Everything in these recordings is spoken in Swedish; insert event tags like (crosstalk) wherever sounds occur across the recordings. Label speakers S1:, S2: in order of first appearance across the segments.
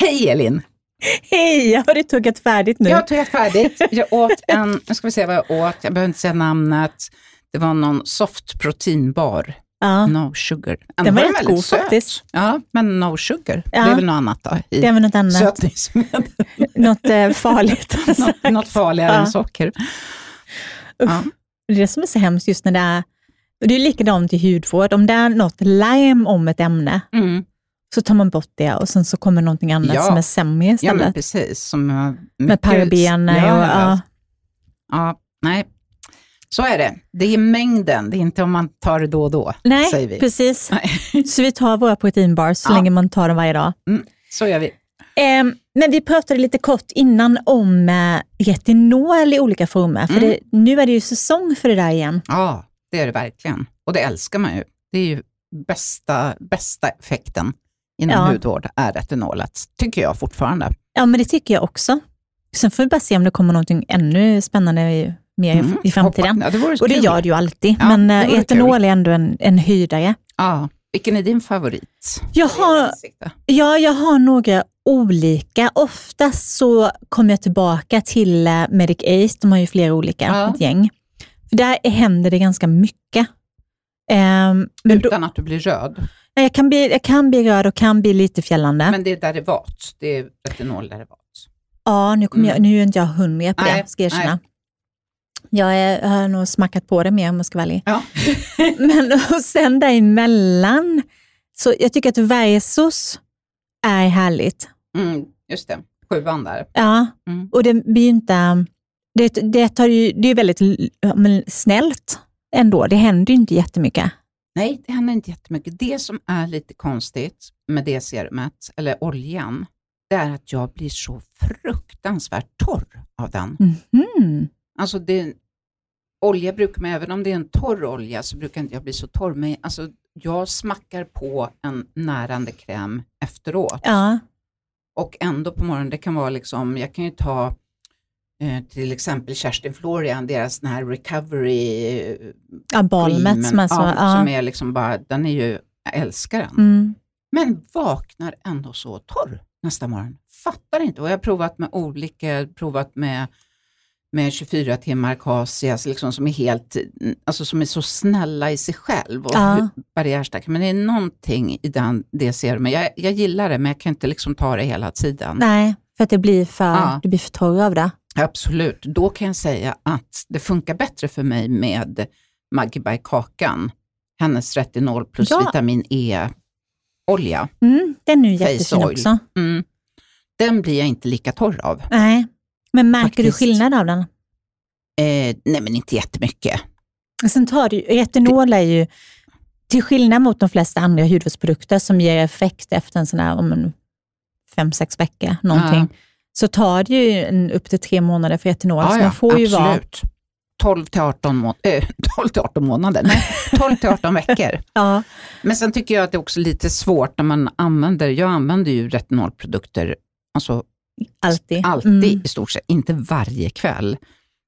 S1: Hej Elin!
S2: Hej, har du tuggat färdigt nu?
S1: Jag har tuggat
S2: (laughs)
S1: färdigt. Jag åt en, nu ska vi se vad jag åt, jag behöver inte säga namnet. Det var någon soft proteinbar.
S2: ja.
S1: No sugar. Ändå
S2: Den var rätt
S1: väldigt
S2: god faktiskt.
S1: Ja, men no sugar.
S2: Ja.
S1: Det är väl något annat då? I (laughs)
S2: Det är väl något annat,
S1: sötningsmedel.
S2: (laughs) något eh, farligt.
S1: något, något farligare
S2: Ja.
S1: än socker. Ja.
S2: Det är det som är så hemskt just när det är, och det är likadant i hudvård, om det är något lime om ett ämne,
S1: Mm.
S2: så tar man bort det och sen så kommer någonting annat
S1: Ja.
S2: som är sämre
S1: Ja, men
S2: istället.
S1: precis. Som eh,
S2: med
S1: mycket-
S2: parabener
S1: Ja,
S2: och...
S1: ja.
S2: Ja.
S1: Ja, nej. Så är det. Det är mängden, det är inte om man tar det då och då, säger
S2: Nej,
S1: vi.
S2: precis.
S1: Nej. (laughs)
S2: Så vi tar våra proteinbars så
S1: Ja.
S2: länge man tar dem varje dag.
S1: Så gör vi.
S2: Ehm, men vi pratade lite kort innan om eh, retinol i olika former, för
S1: Mm.
S2: det, nu är det ju säsong för det där igen.
S1: Ja, det är det verkligen. Och det älskar man ju. Det är ju bästa, bästa effekten inom
S2: Ja.
S1: hudvård är retinolet, tycker jag fortfarande.
S2: Ja, men det tycker jag också. Sen får vi bara se om det kommer någonting ännu spännande i, mer i-
S1: Mm,
S2: i framtiden.
S1: hoppas- Ja, det vore så
S2: Och det
S1: kul.
S2: gör det ju alltid,
S1: Ja,
S2: men
S1: det
S2: eh,
S1: vore
S2: etanol är ändå en, en höjdare.
S1: Ja. Vilken är din favorit?
S2: Jag har, ja, jag har några olika. Oftast så kommer jag tillbaka till eh, Medic Ace, de har ju flera olika,
S1: Ja.
S2: ett gäng. För där händer det ganska mycket. Ehm, men då,
S1: Utan att du blir röd.
S2: nej, jag, kan bli, jag kan bli röd och kan bli lite fjällande.
S1: Men det är derivat. Det är retinol-derivat.
S2: Ja, nu, kommer
S1: Mm.
S2: jag, nu är inte jag hundra på
S1: Nej,
S2: det, ska jag erkänna. Jag är, har nog smackat på det mer om jag ska vara ärlig.
S1: Ja.
S2: (laughs) Men och sen däremellan, så jag tycker att Versus är härligt.
S1: Mm, just det. Sjuan där.
S2: Ja,
S1: Mm.
S2: och det blir ju inte... Det, det, tar ju, det är ju väldigt l- ja, men snällt ändå. Det händer ju inte jättemycket.
S1: Nej, det händer inte jättemycket. Det som är lite konstigt med det serumet, eller oljan, det är att jag blir så fruktansvärt torr av den.
S2: Mhm.
S1: Alltså det, olja brukar man, även om det är en torr olja, så brukar inte jag bli så torr. Men alltså, jag smackar på en närande kräm efteråt.
S2: Ja,
S1: Och ändå på morgonen, det kan vara liksom, jag kan ju ta eh, till exempel Kerstin Florian, deras den här recovery eh,
S2: ja
S1: creamen.
S2: balmet som är så...
S1: ja,
S2: Ja.
S1: som är liksom bara, den är ju, jag älskar den.
S2: Mm.
S1: Men vaknar ändå så torr nästa morgon. Fattar inte. Och jag har provat med olika, jag har provat med, med 24 timmar Casias, liksom som är helt, alltså som är så snälla i sig själv och
S2: Ja.
S1: hur- barriärstarka. Men det är någonting i den, det serumet. Jag, jag gillar det, men jag kan inte liksom ta det hela tiden.
S2: Nej, för att det blir för,
S1: Ja.
S2: det blir för torr av det.
S1: Absolut. Då kan jag säga att det funkar bättre för mig med Maggie by Kakan. Hennes retinol plus
S2: Ja.
S1: vitamin E-olja.
S2: Mm, den är ju
S1: Face
S2: jättefin
S1: oil.
S2: också.
S1: Mm. Den blir jag inte lika torr av.
S2: Nej. Men märker du
S1: Faktiskt.
S2: skillnad av den?
S1: Eh, nej, men inte jättemycket.
S2: Och Sen tar du, retinol är ju, till skillnad mot de flesta andra hudvårdsprodukter som ger effekt efter en sån här, om en fem, sex veckor någonting,
S1: Ja.
S2: så tar det ju en, upp till tre månader för retinol.
S1: Ja,
S2: så
S1: ja,
S2: Alltså, man får ju vara,
S1: absolut. 12 till 18, må- eh, (laughs) 12 till 18 månader, nej, 12 till 18 veckor.
S2: ja,
S1: Men sen tycker jag att det är också lite svårt när man använder, jag använder ju retinolprodukter alltså
S2: alltid.
S1: alltid
S2: Mm.
S1: i stort sett, inte varje kväll.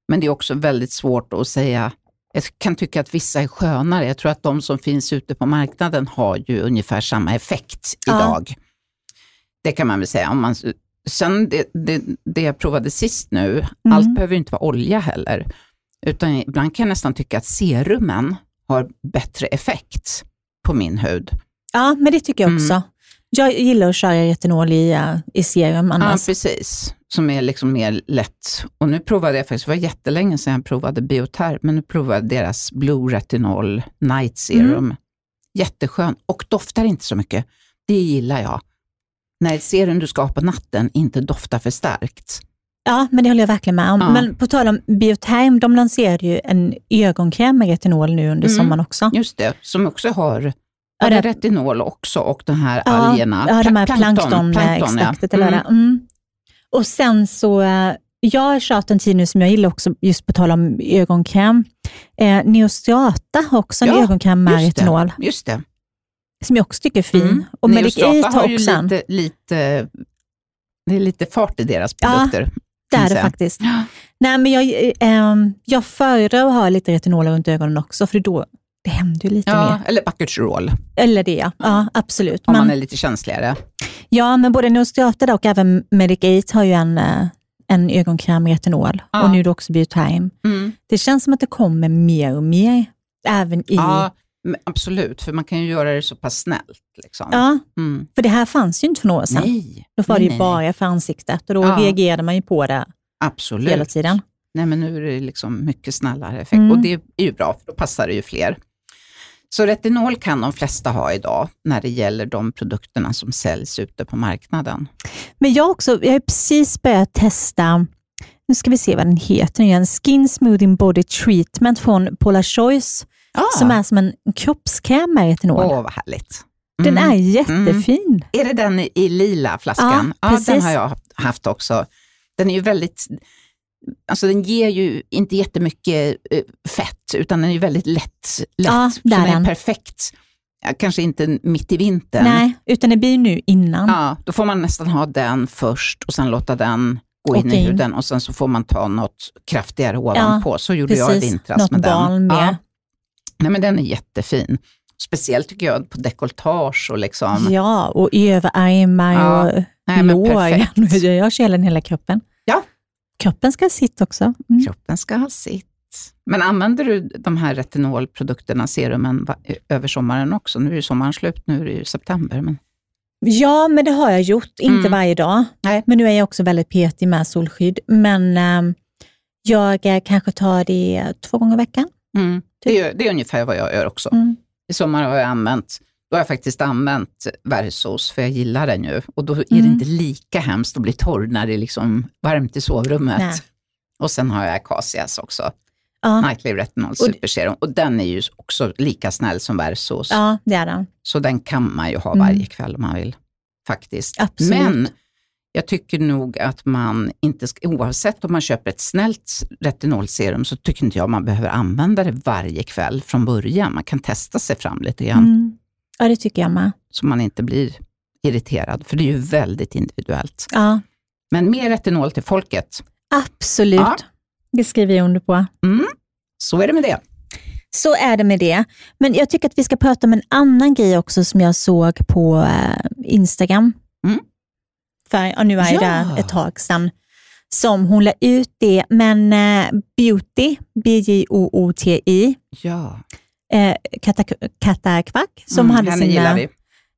S1: Men det är också väldigt svårt att säga, jag kan tycka att vissa är skönare. Jag tror att de som finns ute på marknaden har ju ungefär samma effekt
S2: Ja.
S1: idag. Det kan man väl säga. Om man, sen det, det, det jag provade sist nu,
S2: Mm.
S1: allt behöver ju inte vara olja heller. Utan ibland kan jag nästan tycka att serumen har bättre effekt på min hud.
S2: Ja, men det tycker jag
S1: Mm.
S2: också. Jag gillar att köra retinol i, eh, i serum
S1: Ja,
S2: annars.
S1: precis. Som är liksom mer lätt. Och nu provade jag faktiskt, det var jättelänge sedan jag provade Bioterm, men nu provade jag deras Blue Retinol Night
S2: Mm.
S1: Serum. Jätteskön och doftar inte så mycket. Det gillar jag. När ett serum du ska ha på natten inte doftar för starkt.
S2: Ja, men det håller jag verkligen med om.
S1: Ja.
S2: Men på tal om Bioterm, de lanserade ju en ögonkräm med retinol nu under
S1: Mm.
S2: sommaren också.
S1: Just det, som också har
S2: Ja,
S1: både
S2: det-
S1: retinol också och de här algerna.
S2: Ja, de här
S1: Plankton, plankton, ja.
S2: planktonextraktet. eller
S1: Mm.
S2: Mm. Mm. Och sen så, eh, jag har kört en tid nu som jag gillar också, just på tal om ögonkräm. Eh, Neostrata har också en
S1: Ja,
S2: ögonkräm med
S1: just det.
S2: retinol,
S1: Just det.
S2: som jag också tycker är fin.
S1: Mm.
S2: Och Medic
S1: Neostrata
S2: Ace har
S1: har ju
S2: också en.
S1: lite, lite, det är lite fart i deras
S2: Ja,
S1: produkter.
S2: Det är
S1: finns
S2: det
S1: det.
S2: faktiskt.
S1: Ja.
S2: Nej, men jag, eh, ehm, jag föredrar att ha lite retinol runt ögonen också, för då det händer ju lite mer.
S1: Ja, eller Buckets Roll, om
S2: Eller det, ja. ja absolut.
S1: man
S2: Men-
S1: är lite känsligare.
S2: Ja, men både Neostrata och även Medicate har ju en, eh, en ögonkräm med retinol
S1: Ja.
S2: och nu då också Biotime.
S1: Mm.
S2: Det känns som att det kommer mer och mer, även i...
S1: Ja, men absolut, för man kan ju göra det så pass snällt. Liksom.
S2: Ja,
S1: Mm.
S2: för det här fanns ju inte för några år sedan.
S1: Nej,
S2: Då var
S1: nej,
S2: det ju
S1: nej, nej.
S2: bara för ansiktet och då
S1: Ja.
S2: reagerade man ju på det
S1: absolut.
S2: hela tiden.
S1: Nej, men nu är det liksom mycket snällare effekt
S2: Mm.
S1: och det är ju bra, för då passar det ju fler. Så retinol kan de flesta ha idag när det gäller de produkterna som säljs ute på marknaden.
S2: Men jag också, jag har precis börjat testa, nu ska vi se vad den heter nu igen, Skin Smoothing Body Treatment från Paula Choice, som är som en kroppskräm med retinol.
S1: Ah. Åh, vad härligt.
S2: Den
S1: Mm.
S2: är jättefin.
S1: Är det den i- i lila flaskan?
S2: Ja,
S1: den
S2: precis.
S1: har jag haft- haft också. Den är ju väldigt, alltså den ger ju inte jättemycket eh, fett, utan den är ju väldigt lätt. lätt.
S2: Ja,
S1: så
S2: där
S1: den
S2: är
S1: är
S2: den.
S1: perfekt, ja, kanske inte mitt i vintern.
S2: Nej, utan det blir nu innan.
S1: Ja, då får man nästan ha den först och sen låta den gå in
S2: Åka
S1: i
S2: in.
S1: huden och sen så får man ta något kraftigare ovanpå. så gjorde jag i
S2: precis.
S1: vintras
S2: Något
S1: med den.
S2: barn med.
S1: Ja. Nej, men den är jättefin. Speciellt tycker jag på dekolletage och liksom.
S2: Ja, och överarmar
S1: Ja,
S2: och
S1: Nej, men perfekt.
S2: lår. Jag gör hela den hela kroppen.
S1: Ja.
S2: Kroppen ska sitta också. Mm.
S1: Kroppen ska ha sitt. Men använder du de här retinolprodukterna, serumen, va- över sommaren också? Nu är ju sommaren slut, nu är det ju september. Men...
S2: Ja, men det har jag gjort. Inte
S1: Mm.
S2: varje dag.
S1: Nej.
S2: Men nu är jag också väldigt petig med solskydd. Men ehm, jag eh, kanske tar det två gånger i veckan.
S1: Mm. Det, är, ju- det är ungefär vad jag gör också.
S2: Mm.
S1: I sommar har jag använt, då har jag faktiskt använt Versos, för jag gillar den ju. Och då är det
S2: Mm.
S1: inte lika hemskt att bli torr när det är liksom varmt i sovrummet.
S2: Nej.
S1: Och sen har jag Acacias också,
S2: Ja,
S1: Nightly Retinol
S2: Och-
S1: Superserum. Och den är ju också lika snäll som Versos.
S2: ja, det är den.
S1: Så den kan man ju ha
S2: Mm.
S1: varje kväll om man vill. Faktiskt.
S2: Absolut.
S1: Men jag tycker nog att man inte, ska, oavsett om man köper ett snällt retinolserum, så tycker inte jag man behöver använda det varje kväll från början. Man kan testa sig fram lite grann,
S2: Mm. Ja, det tycker jag med.
S1: så man inte blir irriterad, för det är ju väldigt individuellt.
S2: Ja,
S1: Men mer retinol till folket.
S2: absolut.
S1: Ja.
S2: Det skriver jag under på.
S1: Mm. Så är det med det.
S2: Så är det med det. Men jag tycker att vi ska prata om en annan grej också som jag såg på eh, Instagram.
S1: Mm.
S2: För, ja, nu är
S1: Ja.
S2: det där ett tag sedan som hon la ut det. Men eh, Beauty, B-J-O-O-T-I,
S1: Ja,
S2: eh, Katak- Katakvak, som
S1: Mm,
S2: hade
S1: henne
S2: sina...
S1: gillar vi.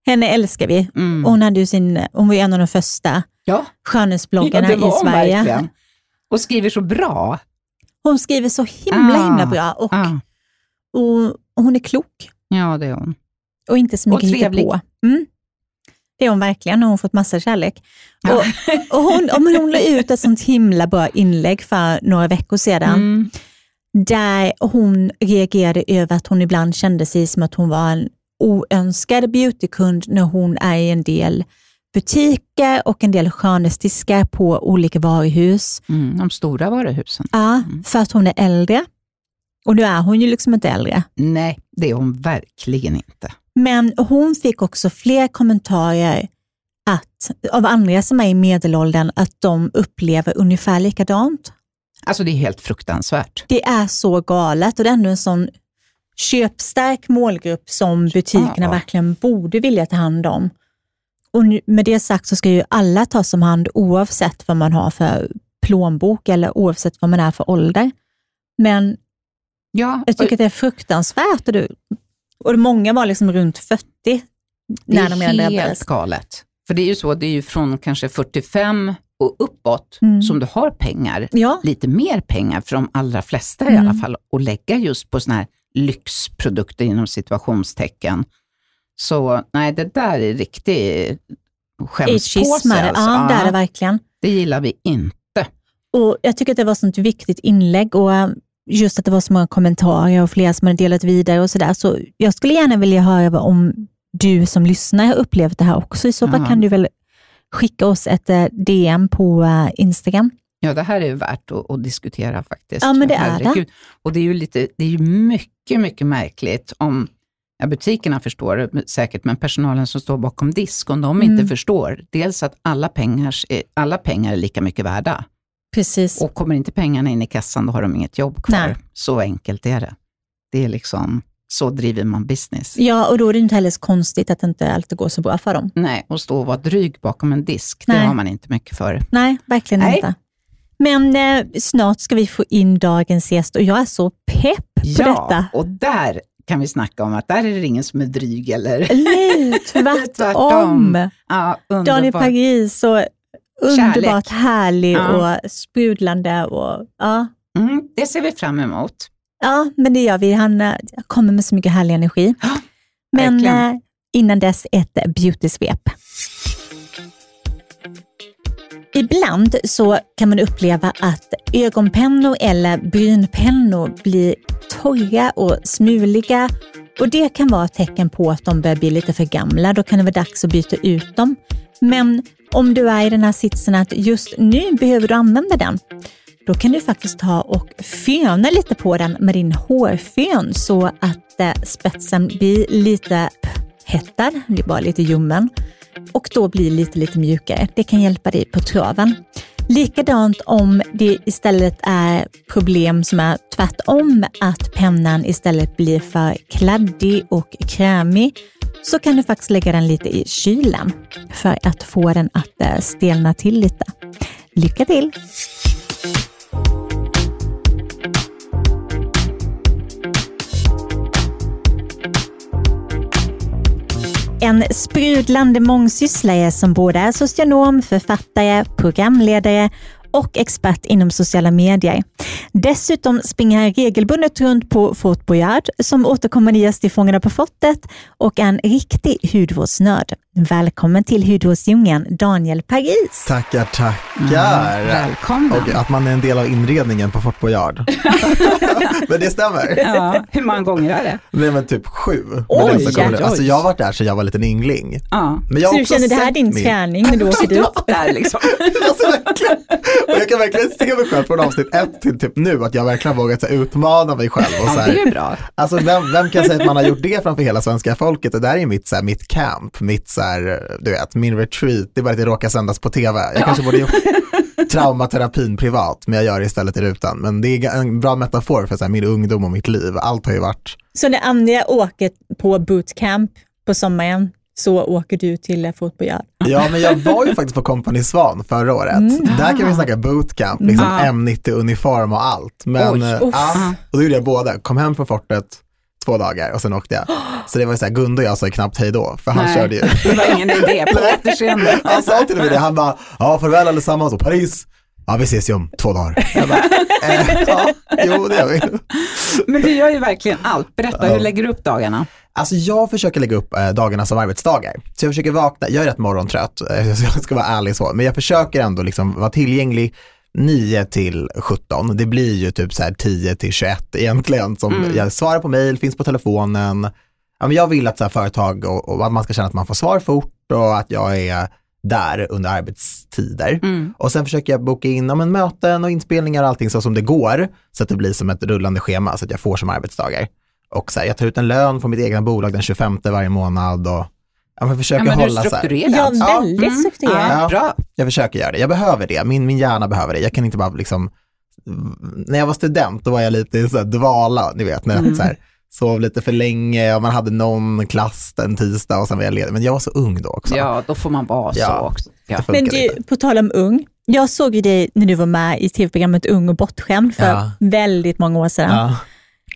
S2: Henne älskar vi.
S1: Mm.
S2: Hon, hade ju sin, hon var ju en av de första
S1: ja. ja, (laughs)
S2: skönhetsbloggarna
S1: det var
S2: i
S1: hon
S2: Sverige.
S1: verkligen. Och skriver så bra.
S2: Hon skriver så himla,
S1: Ah.
S2: himla bra och,
S1: Ja,
S2: och, och hon är klok.
S1: ja det är hon.
S2: Och inte så mycket
S1: Och trevlig.
S2: hittepå. Mm. Det är hon verkligen, och hon har fått massa kärlek.
S1: Ja.
S2: Och, och hon, ja, men hon la ut ett sånt himla bra inlägg för några veckor sedan,
S1: Mm.
S2: där hon reagerade över att hon ibland kände sig som att hon var en oönskad beautykund när hon är i en del butiker och en del skönhetsdiskar på olika varuhus.
S1: Mm, de stora varuhusen.
S2: Ja,
S1: Mm.
S2: för att hon är äldre. Och nu är hon ju liksom inte äldre.
S1: Nej, det är hon verkligen inte.
S2: Men hon fick också fler kommentarer att, av andra som är i medelåldern att de upplever ungefär likadant.
S1: Alltså det är helt fruktansvärt.
S2: Det är så galet och det är ändå en sån köpstark målgrupp som butikerna
S1: Ja.
S2: verkligen borde vilja ta hand om. Och nu- med det sagt så ska ju alla tas om hand oavsett vad man har för plånbok eller oavsett vad man är för ålder. Men
S1: Ja,
S2: jag tycker att det är fruktansvärt. Och, det, och många var liksom runt 40
S1: det
S2: när
S1: är
S2: de redan drabbades.
S1: helt galet. För det är ju så, det är ju från kanske 45 och uppåt
S2: Mm.
S1: som du har pengar,
S2: Ja,
S1: lite mer pengar för de allra flesta i
S2: Mm.
S1: alla fall, att lägga just på sådana här lyxprodukter inom situationstecken. Så nej, det där är riktig skämspåse.
S2: ageismare.
S1: Alltså.
S2: Ja, det är det
S1: Ja,
S2: verkligen.
S1: det gillar vi inte.
S2: Och jag tycker att det var ett sånt viktigt inlägg och eh, just att det var så många kommentarer och flera som hade delat vidare och sådär. Så jag skulle gärna vilja höra vad- om du som lyssnar har upplevt det här också. I så fall
S1: Ja.
S2: kan du väl skicka oss ett eh, DM på eh, Instagram.
S1: Ja, det här är ju värt att, att diskutera faktiskt.
S2: Ja, men det är det.
S1: Och det är ju lite, det är ju mycket, mycket märkligt om, ja, butikerna förstår det men- säkert, men personalen som står bakom disk, om de inte
S2: Mm.
S1: förstår, dels att alla, pengars, är- alla pengar är lika mycket värda.
S2: Precis.
S1: Och kommer inte pengarna in i kassan, då har de inget jobb kvar.
S2: Nej.
S1: Så enkelt är det. Det är liksom, Så driver man business.
S2: Ja, och då är det inte heller så konstigt att inte alltid går så bra för dem.
S1: Nej, och stå och vara dryg bakom en disk, det
S2: Nej.
S1: har man inte mycket för.
S2: Nej, verkligen
S1: Nej.
S2: inte. Men eh, snart ska vi få in dagens gäst och jag är så pepp på detta.
S1: och där kan vi snacka om att där är det ingen som är dryg eller... (laughs)
S2: Nej, tvärtom.
S1: Tvärtom. Ja,
S2: Daniel
S1: underbart.
S2: Paris, så underbart härlig
S1: Ja.
S2: och sprudlande. Och, ja.
S1: Mm, det ser vi fram emot.
S2: ja, men det gör vi. Han eh, kommer med så mycket härlig energi.
S1: Ja,
S2: Men
S1: verkligen.
S2: eh, innan dess ett beauty-svep. Ibland så kan man uppleva att ögonpennor eller brynpennor blir torra och smuliga och det kan vara ett tecken på att de börjar bli lite för gamla. Då kan det vara dags att byta ut dem. Men om du är i den här sitsen att just nu behöver du använda den, då kan du faktiskt ta och föna lite på den med din hårfön så att eh, spetsen blir lite hettad, blir bara lite ljummen och då blir lite, lite mjukare. Det kan hjälpa dig på traven. Likadant om det istället är problem som är tvärtom, att pennan istället blir för kladdig och krämig, så kan du faktiskt lägga den lite i kylen för att få den att eh, stelna till lite. Lycka till! En sprudlande mångsysslare som både är socionom, författare, programledare och expert inom sociala medier. Dessutom springer han regelbundet runt på Fort Boyard som återkommande gäst i Fångarna på fortet och är en riktig hudvårdsnörd. Välkommen till hudvårdsdjungeln, Daniel Paris.
S3: Tackar,
S1: Mm,
S3: tackar.
S1: välkomna.
S3: och att man är en del av inredningen på Fort Boyard.
S2: (laughs)
S3: men det stämmer.
S1: Ja, (laughs) hur många gånger är det?
S3: Nej men typ sju. med
S2: Oj,
S3: den som kommer nu.
S1: oj, oj.
S3: Alltså jag har varit där så jag var en liten yngling.
S1: Ja.
S3: Men jag har
S2: Så du
S3: också
S2: känner det här är
S3: sett
S2: din
S3: min-
S2: träning när du åker
S1: Sitt
S2: dit?
S1: upp (laughs) där liksom.
S3: (laughs) Alltså, verkligen. och jag kan verkligen se mig själv från avsnitt ett till typ nu att jag verkligen har vågat så här, utmana mig själv. Och så
S1: Ja, det är
S3: här,
S1: ju bra.
S3: alltså vem, vem kan säga att man har gjort det framför hela svenska folket? Det där är mitt, så här, mitt camp, mitt så här, du vet, min retreat. Det är bara att det råkar sändas på tv. Jag kanske borde gjort traumaterapin privat, men jag gör det istället i rutan. Men det är en bra metafor för så här, min ungdom och mitt liv. Allt har ju varit,
S2: Så när Anja åker på bootcamp på sommaren så åker du till Fort Boyard?
S3: ja men jag var ju faktiskt på Company Svan förra året.
S1: Mm.
S3: Där kan vi snacka bootcamp, liksom
S1: Ah.
S3: M90-uniform och allt. Men,
S1: Oj, Ah.
S3: eh,
S2: uff.
S3: ja, och då gjorde jag båda, kom hem från fortet, två dagar och sen åkte jag. Så det var ju så här, Gunde och jag sa ju knappt hej då, för han
S1: Nej.
S3: körde ju.
S1: Det var ingen idé,
S3: (laughs)
S1: på återseende.
S3: Han sa till mig det, han bara, ja farväl allesammans och Paris, ja vi ses ju om två dagar. Jag bara, eh, ja, jo det gör vi.
S1: Men du gör ju verkligen allt. Berätta, hur lägger du upp dagarna?
S3: Alltså jag försöker lägga upp eh, dagarna som arbetsdagar. Så jag försöker vakna, jag är rätt morgontrött, eh, (laughs) så jag ska vara ärlig så, men jag försöker ändå liksom vara tillgänglig 9 till 17. Det blir ju typ så här 10 till 21 egentligen som jag svarar på mail, finns på telefonen. Ja, men jag vill att så här företag och, och att man ska känna att man får svar fort och att jag är där under arbetstider.
S1: Mm.
S3: Och sen försöker jag boka in ja, men möten och inspelningar och allting så som det går, så att det blir som ett rullande schema, så att jag får som arbetsdagar. Och så här, jag tar ut en lön från mitt egna bolag den 25 varje månad och ja, men
S1: Ja,
S3: försöker
S1: men du är
S3: hålla så här.
S1: strukturerad.
S2: Ja,
S1: alltså.
S2: väldigt
S1: Mm.
S2: strukturerad.
S1: Ja,
S3: Ja.
S1: bra.
S3: Jag försöker göra det, jag behöver det, min, min hjärna behöver det. Jag kan inte bara liksom, Mm, när jag var student då var jag lite i så här dvala, ni vet, när
S1: Mm.
S3: jag så här, sov lite för länge och man hade någon klass en tisdag och sen var jag ledig. Men jag var så ung då också.
S1: Ja, då får man vara så
S3: Ja.
S1: också. Ja.
S3: Det
S2: Men
S3: funkar
S2: du,
S3: inte.
S2: på tal om ung. Jag såg ju dig när du var med i tv-programmet Ung och bortskämd för
S3: Ja.
S2: väldigt många år sedan.
S3: Ja. Mm.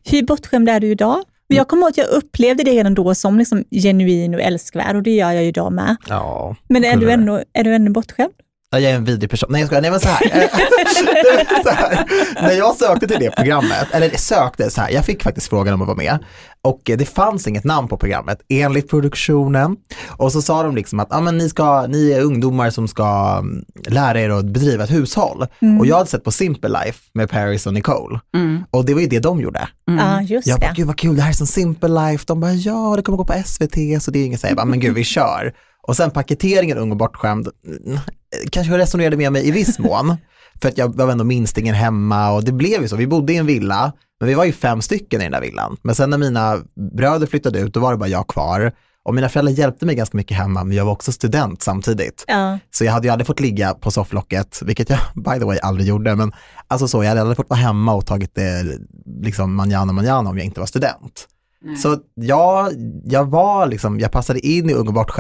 S2: Hur bortskämd är du idag? Men Jag kommer ihåg att jag upplevde det redan då som liksom genuin och älskvärd och det gör jag ju idag med.
S3: ja.
S2: Men är
S3: Kunde
S2: du
S3: det.
S2: ännu, är du ännu bortskämd?
S3: Ja, Jag är en vidrig person. Nej jag skojar, nej men så här. Eh, (laughs) Det är så här. När jag sökte till det programmet, eller sökte så här, jag fick faktiskt frågan om att vara med och eh, det fanns inget namn på programmet enligt produktionen. Och så sa de liksom att ah, men ni, ska, ni är ungdomar som ska mm, lära er att bedriva ett hushåll. Och jag hade sett på Simple Life med Paris och Nicole och det var ju det de gjorde.
S2: Ja, just
S3: Jag bara,
S2: det.
S3: Mm. gud vad kul, det här är som Simple Life. De bara, ja det kommer gå på SVT, så det är inget så här. Jag bara, men gud vi kör. Och sen paketeringen Ung och bortskämd, mm, kanske jag resonerade med mig i viss mån. (laughs) för att jag var ändå minstingen hemma och det blev ju så. Vi bodde i en villa, men vi var ju fem stycken i den där villan. Men sen när mina bröder flyttade ut, då var det bara jag kvar. Och mina föräldrar hjälpte mig ganska mycket hemma, men jag var också student samtidigt.
S2: Ja.
S3: Så jag hade ju aldrig fått ligga på sofflocket, vilket jag (laughs) by the way aldrig gjorde, men alltså så, jag hade aldrig fått vara hemma och tagit det liksom manjana manjana om jag inte var student.
S1: Nej.
S3: Så jag, jag var liksom, jag passade in i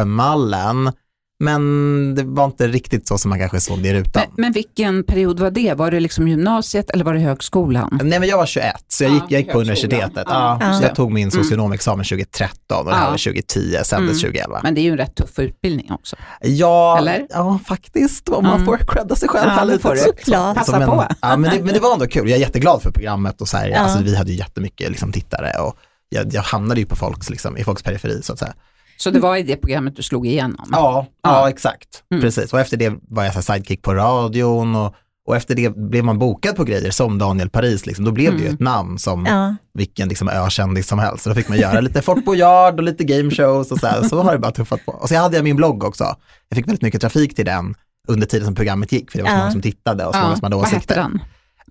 S3: Ungbartsjömallen, men det var inte riktigt så som man kanske såg det i rutan.
S1: Men, men vilken period var det? Var det liksom gymnasiet eller var det högskolan?
S3: Nej men jag var 21, så jag
S1: Ja,
S3: gick, jag gick på
S1: högskolan.
S3: universitetet.
S1: Ja.
S3: Ja. Så
S1: Ja.
S3: jag tog min socionomexamen 2013 och det här
S1: Ja.
S3: var 2010, sändes
S1: Mm.
S3: 2011.
S1: Men det är ju en rätt tuff utbildning också.
S3: Ja,
S1: Eller?
S3: ja faktiskt, om man
S1: Mm.
S3: får credda sig själv
S1: Ja,
S3: här
S1: det
S3: lite.
S1: får du.
S3: så-
S2: Såklart.
S1: Passa
S3: Alltså, men,
S1: på.
S3: Ja, men, det, men det var ändå kul, jag är jätteglad för programmet och så här,
S2: Ja.
S3: alltså, vi hade ju jättemycket liksom, tittare och jag, jag hamnade ju på folks, liksom, i folks periferi så att säga.
S1: Så det var i det programmet du slog igenom?
S3: Ja, ja,
S1: Ja.
S3: exakt.
S1: Mm.
S3: Precis. Och efter det var jag så här sidekick på radion och, och efter det blev man bokad på grejer som Daniel Paris. Liksom. Då blev det ju
S1: Mm.
S3: ett namn som
S2: Ja.
S3: vilken liksom, ökändis som helst. Så då fick man göra lite Fort Boyard och lite game shows och så här. Så har det bara tuffat på. Och så hade jag min blogg också. Jag fick väldigt mycket trafik till den under tiden som programmet gick, för det var så
S2: Ja.
S3: många som tittade och så många som hade
S1: Vad hette
S3: åsikter.
S1: den?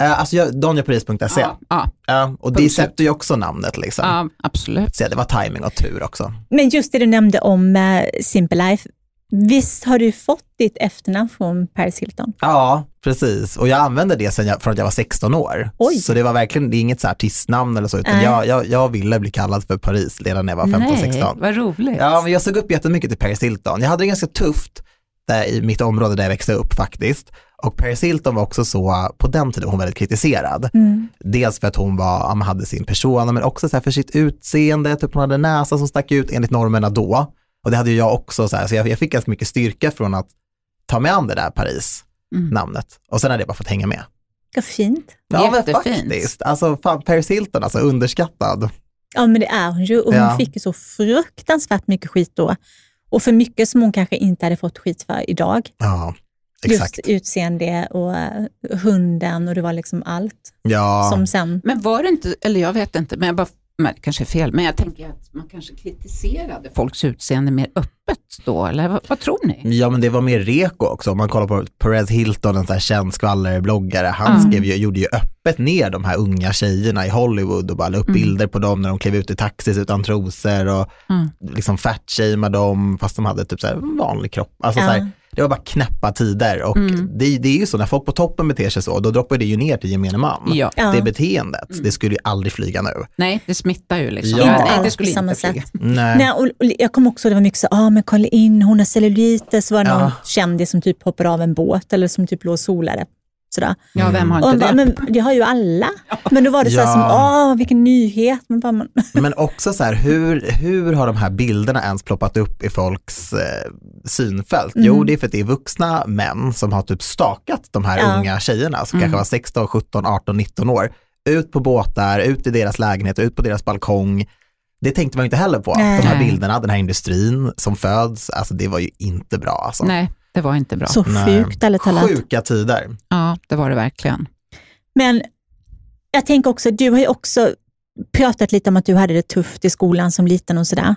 S3: Eh, alltså jag, danielparis.se.
S1: Ja, ja,
S3: Eh, och det
S1: Punkt.
S3: sätter ju också namnet liksom.
S1: ja, absolut.
S3: Så det var timing och tur också.
S2: Men just det du nämnde om eh, Simple Life, visst har du fått ditt efternamn från Paris Hilton?
S3: Ja, precis. Och jag använde det sen jag, från att jag var 16 år.
S2: Oj.
S3: Så det var verkligen, det är inget så här artistnamn eller så, utan
S2: Nej.
S3: jag, jag, jag ville bli kallad för Paris redan när jag var
S1: Nej,
S3: 15-16.
S1: vad roligt.
S3: Ja, men jag såg upp jättemycket till Paris Hilton. Jag hade det ganska tufft där i mitt område där jag växte upp faktiskt. Och Paris Hilton var också så, eh, på den tiden var hon väldigt kritiserad.
S2: Mm.
S3: Dels för att hon var, ja, men hade sin persona, men också så här för sitt utseende, typ hon hade näsa som stack ut enligt normerna då. Och det hade ju jag också, så, här, så jag, jag fick ganska mycket styrka från att ta mig an det där Paris
S1: Mm.
S3: namnet. Och sen hade jag bara fått hänga med.
S2: Vad fint.
S3: men
S1: Jättefint.
S3: faktiskt. Alltså fan, Paris Hilton, alltså underskattad.
S2: Ja, men det är hon ju. Och hon
S3: Ja.
S2: fick ju så fruktansvärt mycket skit då. Och för mycket som hon kanske inte hade fått skit för idag.
S3: Ja, exakt.
S2: Just utseende och eh, hunden och det var liksom allt
S3: Ja,
S2: som sen...
S1: Men var det inte, eller jag vet inte, men jag bara, men det kanske är fel, men jag tänker att man kanske kritiserade folks utseende mer öppet då, eller vad, vad tror ni?
S3: ja, men det var mer reko också. Om man kollar på Perez Hilton, en sån här känd skvallerbloggare, han
S2: Mm.
S3: skrev ju, gjorde ju öppet ner de här unga tjejerna i Hollywood och bara la upp
S1: Mm.
S3: bilder på dem när de klev ut i taxis utan trosor och
S1: Mm.
S3: liksom fatshamea dem fast de hade typ så här vanlig kropp. Alltså så här,
S2: Ja.
S3: det var bara knäppa tider och
S1: Mm.
S3: det, det är ju så när folk på toppen beter sig så, då droppar det ju ner till gemene man.
S1: Ja, Mm.
S2: Ja.
S3: det beteendet, det skulle ju aldrig flyga nu.
S1: nej, det smittar ju liksom.
S3: Ja.
S1: Nej, det skulle
S2: På samma
S1: inte flyga.
S2: sätt.
S3: Nej.
S2: Nej, och, och jag kommer också ihåg det var mycket så, ah, men kolla in, hon har celluliter, så var det
S3: Ja.
S2: någon kändis som typ hoppar av en båt eller som typ låg och solade. Sådär.
S1: Ja, vem har
S2: Och
S1: inte
S2: man bara,
S1: det?
S2: men det har ju alla. Men då var det så här
S3: Ja.
S2: som, åh, vilken nyhet. Man bara, men,
S3: Men också så här, hur, hur har de här bilderna ens ploppat upp i folks eh, synfält? Jo,
S2: Mm.
S3: det är för att det är vuxna män som har typ stakat de här
S2: Ja.
S3: unga tjejerna som
S1: Mm.
S3: kanske var 16, 17, 18, 19 år. Ut på båtar, ut i deras lägenheter, ut på deras balkong. Det tänkte man ju inte heller på.
S2: Nej.
S3: De här
S1: Nej.
S3: bilderna, den här industrin som föds, alltså det var ju inte bra. Alltså.
S1: Nej, det var inte bra.
S2: så
S3: Nej.
S2: sjukt ärligt talat.
S3: Sjuka tider.
S1: Ja, det var det verkligen.
S2: Men jag tänker också, du har ju också pratat lite om att du hade det tufft i skolan som liten och sådär.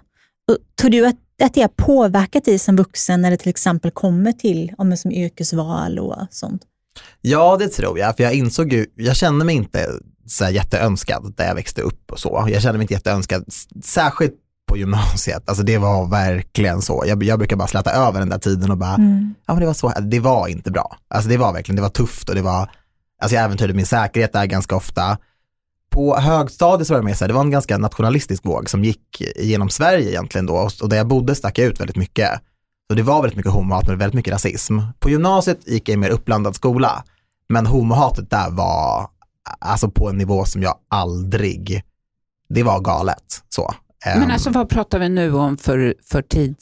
S2: Och Tror du att, att det har påverkat dig som vuxen när det till exempel kommer till om som yrkesval och sånt?
S3: Ja, det tror jag, för jag insåg ju, jag kände mig inte så här jätteönskad där jag växte upp och så. Jag kände mig inte jätteönskad, s- särskilt på gymnasiet. Alltså det var verkligen så. Jag, jag brukar bara släta över den där tiden och bara,
S2: Mm.
S3: ja men det var så, alltså, det var inte bra. Alltså det var verkligen, det var tufft och det var, alltså jag äventyrade min säkerhet där ganska ofta. På högstadiet så var det mer så här, det var en ganska nationalistisk våg som gick genom Sverige egentligen då och- och där jag bodde stack jag ut väldigt mycket. Så det var väldigt mycket homohat men väldigt mycket rasism. På gymnasiet gick jag i en mer uppblandad skola, men homohatet där var alltså på en nivå som jag aldrig, det var galet så. Ehm,
S1: Men alltså vad pratar vi nu om för, för tid?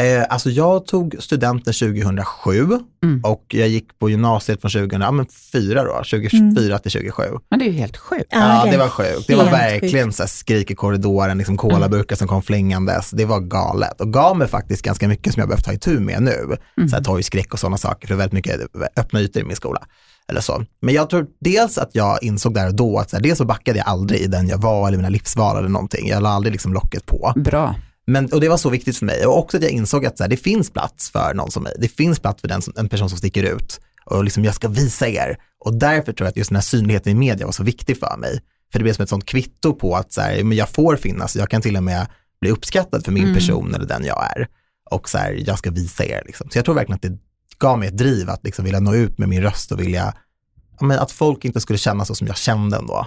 S3: Eh, alltså jag tog studenten 2007
S1: Mm.
S3: och jag gick på gymnasiet från 2004 då, 2004 till 2007.
S1: Men det är ju helt sjukt.
S3: Ja,
S2: är
S3: det var sjukt. Det var
S2: helt
S3: verkligen så här skrik i korridoren, liksom kolaburkar som kom flängandes. Det var galet och gav mig faktiskt ganska mycket som jag behövt ta itu med nu. Så här torgskräck och sådana saker, för det var väldigt mycket öppna ytor i min skola. Eller så. Men jag tror dels att jag insåg där och då att så här, dels så backade jag aldrig i den jag var eller mina livsval eller någonting. Jag la aldrig liksom locket på.
S1: Bra.
S3: Men, och det var så viktigt för mig och också att jag insåg att så här, det finns plats för någon som mig. Det finns plats för den som, en person som sticker ut och liksom jag ska visa er. Och därför tror jag att just den här synligheten i media var så viktig för mig. För det blev som ett sånt kvitto på att så här, men jag får finnas, jag kan till och med bli uppskattad för min
S1: Mm.
S3: person eller den jag är. Och så här, jag ska visa er. Liksom. Så jag tror verkligen att det gav mig ett driv att liksom vilja nå ut med min röst och vilja, ja, men att folk inte skulle känna så som jag kände ändå.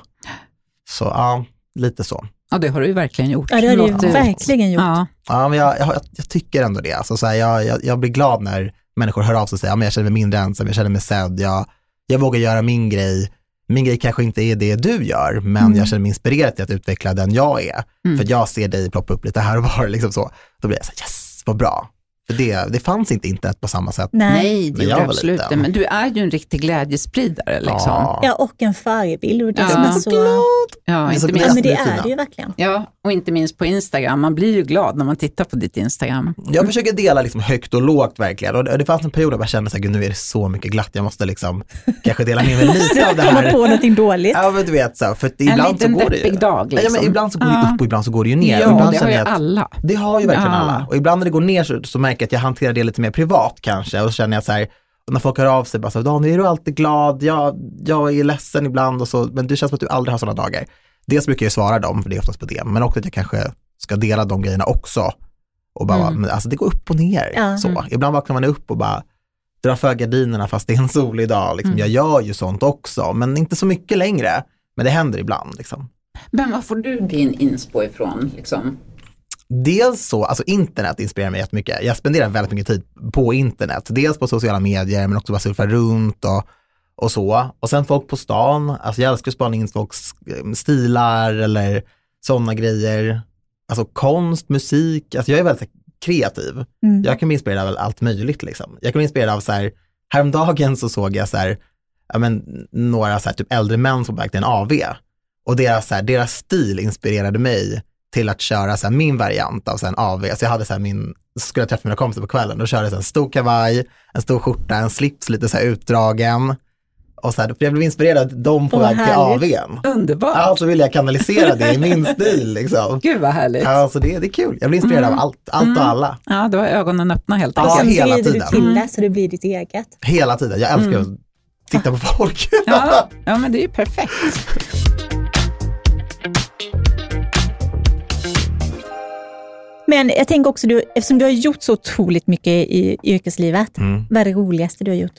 S3: Så ja, lite så.
S1: Ja, det har du ju verkligen gjort.
S2: Ja, det har du
S1: Låter
S2: ju verkligen gjort.
S1: Ja,
S3: Ja, men jag, jag, jag tycker ändå det. Alltså, så här, jag, jag, jag blir glad när människor hör av sig och säger, ja, men jag känner mig mindre ensam, jag känner mig sedd, jag, jag vågar göra min grej. Min grej kanske inte är det du gör, men
S2: Mm.
S3: jag känner mig inspirerad till att utveckla den jag är.
S1: Mm.
S3: För att jag ser dig ploppa upp lite här och var, (laughs) liksom så. Då blir jag så här, yes, vad bra. För det, det fanns inte internet på samma sätt.
S2: Nej.
S1: nej,
S3: Men
S1: det
S3: jag
S1: gjorde
S3: var
S1: jag absolut
S3: liten.
S1: inte. Men du är ju en riktig glädjespridare. Liksom.
S3: Ja.
S2: Ja, och en förebild. Och det
S1: Ja. alltså-
S2: som är så... ja,
S1: Ja,
S3: Men så
S1: inte
S3: blir
S1: minst,
S3: jag-
S2: men det
S3: Jättefina.
S2: är det ju verkligen.
S1: ja, och inte minst på Instagram. Man blir ju glad när man tittar på ditt Instagram.
S3: Jag försöker dela liksom högt och lågt verkligen. Och det, och det fanns en period där jag kände så här, "Gud, nu är det så mycket glatt, jag måste liksom kanske dela med mig lite av det
S2: Komma
S1: (laughs)
S3: här.
S2: på någonting dåligt.
S3: Ja men du vet så, här, för att
S1: En
S3: ibland så
S1: liten
S3: går det ju.
S1: deppig dag.
S3: Ja,
S1: Liksom.
S3: men ibland så går det ju
S1: Ja.
S3: upp och ibland så går det ju ner.
S1: Ja,
S3: och ibland
S1: det har
S3: känner
S1: ju
S3: jag att-
S1: alla.
S3: Det har ju verkligen
S1: Ja.
S3: alla. Och ibland när det går ner så, så märker jag att jag hanterar det lite mer privat kanske. Och så känner jag så här, när folk hör av sig, bara så här, Daniel är du alltid glad? Jag, jag är ledsen ibland och så, men det känns som att du aldrig har sådana dagar. Dels brukar jag ju svara dem, för det är oftast på det, men också att jag kanske ska dela de grejerna också. Och bara,
S1: Mm.
S3: men, alltså det går upp och ner.
S2: Ja.
S3: Så.
S1: Mm.
S3: Ibland vaknar man upp och bara drar för gardinerna fast det är en solig dag. Liksom.
S1: Mm.
S3: Jag gör ju sånt också, men inte så mycket längre. Men det händer ibland. Liksom.
S1: Men var får du din inspo ifrån? Liksom?
S3: Dels så, alltså internet inspirerar mig jättemycket. Jag spenderar väldigt mycket tid på internet. Dels på sociala medier men också bara surfa runt och, och så. Och sen folk på stan, alltså jag älskar att spana in folks eh, stilar eller sådana grejer. Alltså konst, musik, alltså jag är väldigt så här, kreativ.
S2: Mm.
S3: Jag kan bli inspirerad av allt möjligt liksom. Jag kan bli inspirerad av så här, häromdagen så såg jag så här, ja men några så här typ äldre män som var till en AV. Och deras, så här, deras stil inspirerade mig till att köra så här, min variant av så här, en AV. Så jag hade så här, min, så skulle jag träffa mina kompisar på kvällen, då körde jag så här, en stor kavaj, en stor skjorta, en slips lite så här utdragen. Och så här, för jag blev inspirerad av dem på
S2: Åh,
S3: väg till
S2: härligt.
S3: AVn.
S1: Underbart!
S3: Alltså ville jag kanalisera det i min stil liksom.
S1: (laughs) Gud vad härligt! Ja.
S3: Alltså det, det är kul, jag blir inspirerad
S1: Mm.
S3: av allt, allt
S1: Mm.
S3: och alla.
S1: då har ögonen öppna helt
S3: Ja,
S2: Och
S3: (laughs)
S2: sen
S1: enkelt.
S3: hela
S2: vrider du
S3: tiden.
S2: till det Alltså, så det blir ditt eget.
S3: Hela tiden, jag älskar att titta på folk.
S1: Ja, ja, men det är ju perfekt.
S3: Alltså.
S2: Men jag tänker också, du, eftersom du har gjort så otroligt mycket i yrkeslivet, vad är det roligaste du har gjort?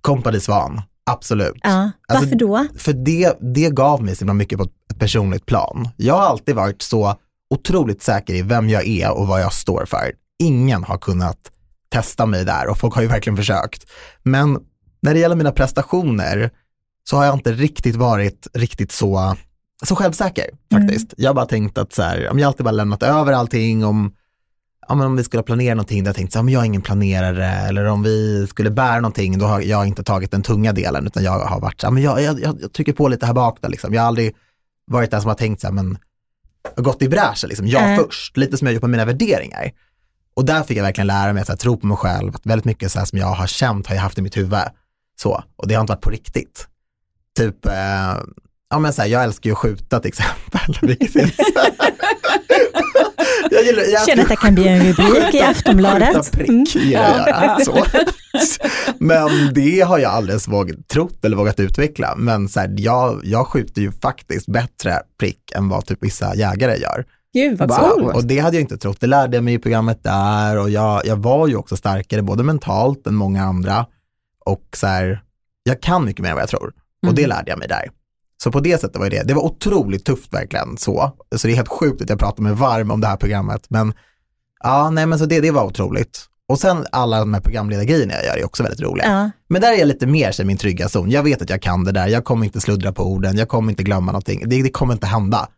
S3: Kompani Svan, absolut.
S2: Ja.
S3: Alltså-
S2: Varför då?
S3: För det, det gav mig så himla mycket på ett personligt plan. Jag har alltid varit så otroligt säker i vem jag är och vad jag står för. Ingen har kunnat testa mig där och folk har ju verkligen försökt. Men när det gäller mina prestationer så har jag inte riktigt varit riktigt så, så självsäker faktiskt. Jag har bara tänkt att så här, om jag alltid bara lämnat över allting, om, ja, men om vi skulle planera någonting, då har jag tänkt så här, men jag är ingen planerare, eller om vi skulle bära någonting, då har jag inte tagit den tunga delen, utan jag har varit så här, men jag, jag, jag, jag trycker på lite här bak där, liksom. Jag har aldrig varit den som har tänkt så här, men gått i bräschen, liksom. jag
S2: Mm.
S3: först, lite som jag gjort med mina värderingar. Och där fick jag verkligen lära mig att så här, tro på mig själv. Att väldigt mycket så här, som jag har känt har jag haft i mitt huvud. Så, och det har inte varit på riktigt. Typ, eh, ja men så här, jag älskar ju att skjuta till exempel. (laughs)
S2: (laughs)
S3: Vilket är, jag gillar, jag
S2: Känner att det kan bli
S3: (laughs)
S2: en rubrik i Aftonbladet.
S3: Skjuta prick
S2: Mm.
S3: gillar jag att göra.
S2: (laughs)
S3: Så. Men det har jag aldrig ens vågat, trott eller vågat utveckla. Men så här, jag, jag skjuter ju faktiskt bättre prick än vad typ vissa jägare gör.
S2: Gud vad
S1: Wow.
S2: coolt.
S3: Och det hade jag inte trott. Det lärde jag mig i programmet där och jag, jag var ju också starkare både mentalt än många andra och så här, jag kan mycket mer än vad jag tror. Och det
S1: Mm.
S3: lärde jag mig där. Så på det sättet var ju det, det var otroligt tufft verkligen så. Så det är helt sjukt att jag pratar mig varm om det här programmet. Men ja, nej men så det, det var otroligt. Och sen alla de här programledargrejerna jag gör är också väldigt roliga.
S2: Ja.
S3: Men där är jag lite mer i min trygga zon. Jag vet att jag kan det där, jag kommer inte sluddra på orden, jag kommer inte glömma någonting. Det, det kommer inte hända.